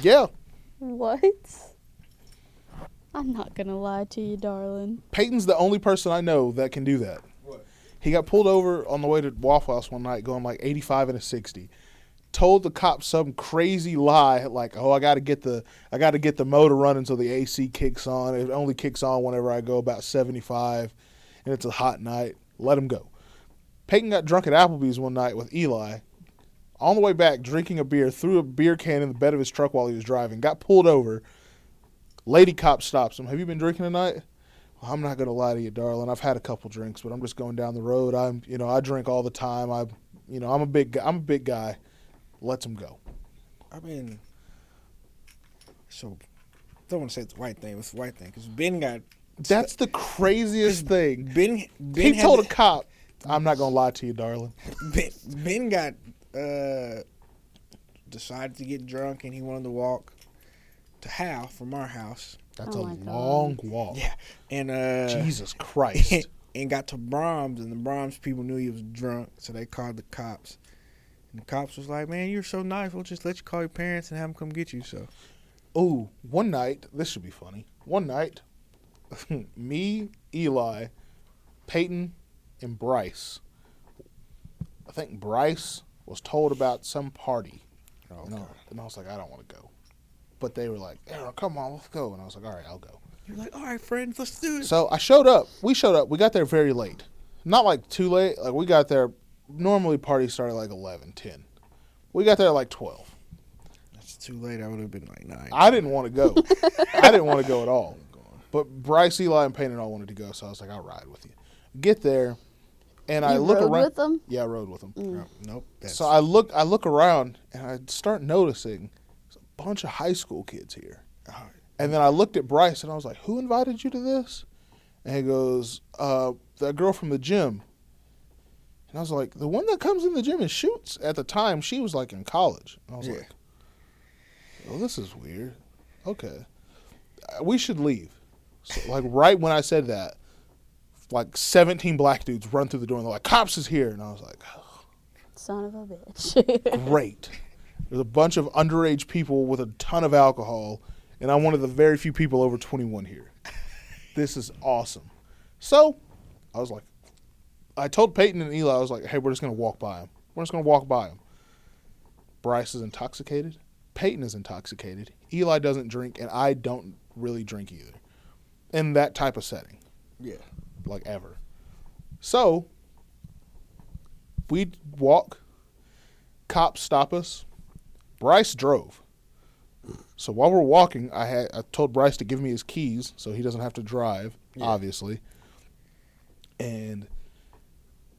S2: Yeah.
S4: What? I'm not gonna lie to you, darling.
S2: Peyton's the only person I know that can do that.
S1: What?
S2: He got pulled over on the way to Waffle House one night, going like 85 and a 60. Told the cop some crazy lie, like, "Oh, I got to get the I got to get the motor running so the AC kicks on. It only kicks on whenever I go about 75, and it's a hot night. Let him go." Peyton got drunk at Applebee's one night with Eli. On the way back, drinking a beer, threw a beer can in the bed of his truck while he was driving. Got pulled over. Lady cop stops him. Have you been drinking tonight? Well, I'm not gonna lie to you, darling. I've had a couple drinks, but I'm just going down the road. I'm, you know, I drink all the time. I, you know, I'm a big, gu- I'm a big guy. Lets him go.
S1: I mean, so don't want to say it's the right thing. but It's the right thing because Ben got
S2: That's the craziest thing.
S1: Ben. Ben
S2: He
S1: had
S2: told a
S1: the-
S2: cop, "I'm not gonna lie to you, darling."
S1: Ben, ben got uh, decided to get drunk and he wanted to walk to Hal from our house.
S2: That's
S3: Oh
S2: a
S3: my God.
S2: long walk.
S1: Yeah, and uh,
S2: Jesus Christ.
S1: and got to Brahms and the Brahms people knew he was drunk, so they called the cops. And the cops was like, "Man, you're so nice. We'll just let you call your parents and have them come get you." So
S2: Oh, one night, this should be funny. One night, me, Eli, Peyton, and Bryce. I think Bryce was told about some party. And, I, and I was like, I don't want to go. But they were like, Aaron, come on, let's go. And I was like, all right, I'll go.
S1: you're like, "All right, friends, let's do it."
S2: So I showed up. We showed up. We got there very late. Not like too late. Like we got there. Normally parties start at like 11, 10. We got there at like 12.
S1: That's too late, I would have been like nine.
S2: I didn't want to go. I didn't want to go at all. But Bryce, Eli, and Payne and all wanted to go, so I was like, I'll ride with you. Get there, and I
S4: You
S2: look
S4: rode
S2: around.
S4: with Mm. them?
S2: Yeah, I rode with them.
S1: No, nope. That's,
S2: So I look, I look around, and I start noticing there's a bunch of high school kids here.
S1: Oh.
S2: And then I looked at Bryce, and I was like, "Who invited you to this?" And he goes, uh, "That girl from the gym." And I was like, "The one that comes in the gym and shoots." At the time, she was like in college. And I was
S1: Yeah.
S2: like, "Oh, this is weird." Okay, Uh, we should leave. So, like right when I said that, like seventeen black dudes run through the door and they're like, "Cops is here!" And I was like,
S4: Son of a bitch.
S2: great. There's a bunch of underage people with a ton of alcohol, and I'm one of the very few people over 21 here. This is awesome. So, I was like, I told Peyton and Eli, I was like, hey, we're just going to walk by him. We're just going to walk by him. Bryce is intoxicated. Peyton is intoxicated. Eli doesn't drink, and I don't really drink either in that type of setting
S1: yeah.
S2: like ever. So we walk. Cops stop us. Bryce drove. So while we're walking, I had I told Bryce to give me his keys so he doesn't have to drive, obviously. And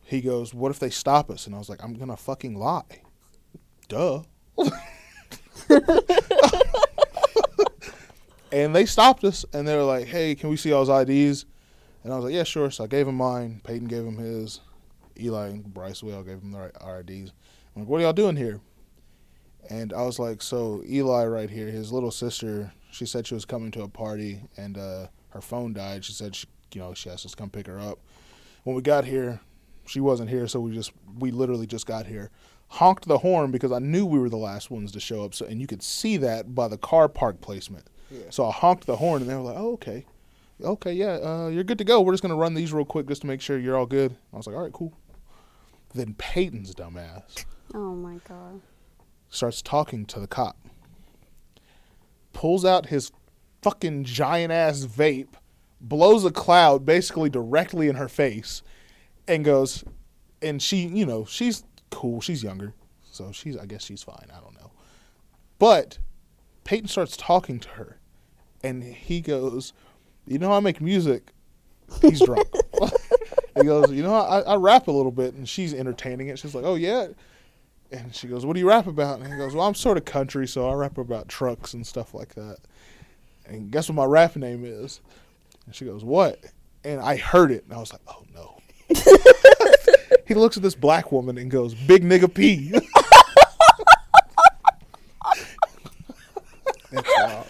S2: he goes, "What if they stop us?" And I was like, "I'm gonna fucking lie." Duh. and they stopped us, and they were like, "Hey, can we see y'all's IDs?" And I was like, yeah, sure. So I gave him mine. Peyton gave him his. Eli and Bryce, we all gave him their RIDs. I'm like, what are y'all doing here? And I was like, so Eli right here, his little sister, she said she was coming to a party and uh, her phone died. She said, she, you know, she asked us to come pick her up. When we got here, she wasn't here, so we just, we literally just got here. Honked the horn because I knew we were the last ones to show up, so and you could see that by the car park placement.
S1: Yeah.
S2: So I honked the horn, and they were like, "Oh, okay." okay, yeah, uh, you're good to go. We're just gonna run these real quick just to make sure you're all good. I was like, all right, cool. Then Peyton's dumbass
S4: oh my god.
S2: starts talking to the cop, pulls out his fucking giant ass vape, blows a cloud basically directly in her face, and goes, and she, you know, she's cool. She's younger, so she's, I guess, she's fine. I don't know, but Peyton starts talking to her, and he goes, "You know, I make music." He's drunk. he goes, "You know, I, I rap a little bit," and she's entertaining it. She's like, "Oh yeah," and she goes, "What do you rap about?" And he goes, "Well, I'm sort of country, so I rap about trucks and stuff like that." And guess what my rap name is? And she goes, "What?" And I heard it, and I was like, "Oh no." he looks at this black woman and goes, "Big nigga P."
S1: That's wild.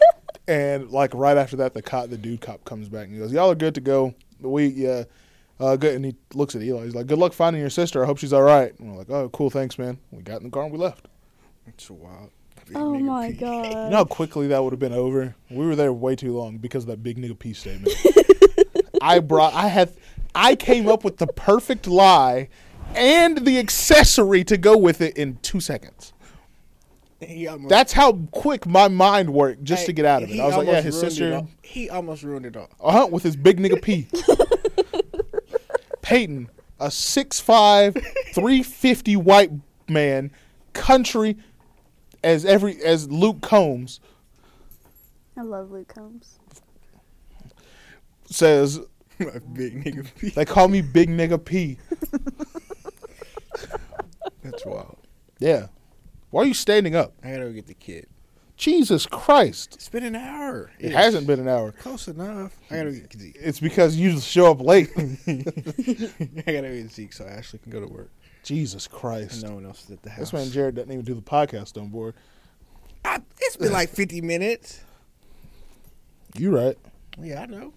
S2: And like right after that, the cop, the dude cop comes back and he goes, "Y'all are good to go. We yeah, uh, good." And he looks at Eli. He's like, "Good luck finding your sister. I hope she's all right." And we're like, "Oh, cool, thanks, man." We got in the car and we left.
S1: That's wild.
S4: Oh my
S2: You
S4: god.
S2: know how quickly that would have been over. We were there way too long because of that big nigga pee statement. I brought. I had. I came up with the perfect lie and the accessory to go with it in two seconds.
S1: He almost,
S2: That's how quick my mind worked just
S1: Hey,
S2: to get out of it.
S1: he
S2: I was like,
S1: almost
S2: yeah, his
S1: ruined it
S2: sister.
S1: all. He almost ruined it all.
S2: Uh huh. With his big nigga P. Peyton, a 6'5", 350 white man, country as every as Luke Combs
S4: I love Luke Combs.
S2: says,
S1: My big nigga pee.
S2: they call me Big Nigga P.
S1: That's wild.
S2: Yeah. Why are you standing up?
S1: I gotta go get the kid.
S2: Jesus Christ.
S1: It's been an hour.
S2: It hasn't been an hour.
S1: Close enough. I gotta get Zeke.
S2: It's because you show up late.
S1: I gotta get Zeke so Ashley can go to work.
S2: Jesus
S1: And
S2: Christ.
S1: no one else is at the house.
S2: This man Jared doesn't even do the podcast on board.
S1: I, it's been like 50 minutes.
S2: You right.
S1: Yeah, I know.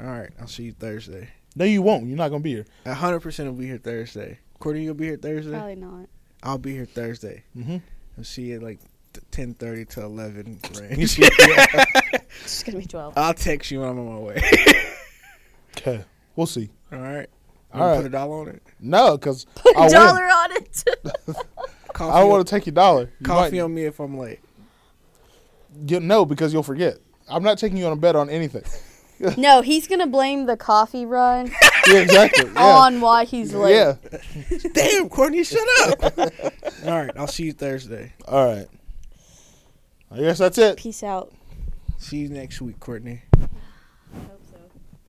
S1: All right, I'll see you Thursday.
S2: No, you won't. You're not gonna be here.
S1: A 100% will be here Thursday. Courtney, you'll be here Thursday?
S4: Probably not.
S1: I'll be here Thursday.
S2: Mhm.
S1: I'll see you at like 10.30 to 11 range.
S4: It's gonna be
S2: Uh,
S4: twelve.
S1: I'll text you when I'm on my way.
S2: Okay. We'll see.
S1: All right.
S2: All
S1: Wanna
S2: right.
S1: Put a dollar on it.
S2: No, because
S4: Put
S2: I
S4: a
S2: win.
S4: dollar on it.
S1: Coffee,
S2: I don't
S1: on,
S2: want to take your dollar. You
S1: coffee
S2: might-
S1: on me if I'm late.
S2: you- no, because you'll forget. I'm not taking you on a bet on anything.
S4: no, he's gonna blame the coffee run
S2: Yeah, exactly. Yeah.
S4: on why he's late.
S2: yeah.
S1: Damn, Courtney, shut up. All right, I'll see you Thursday.
S2: All right. I guess that's it.
S4: Peace out.
S1: See you next week, Courtney.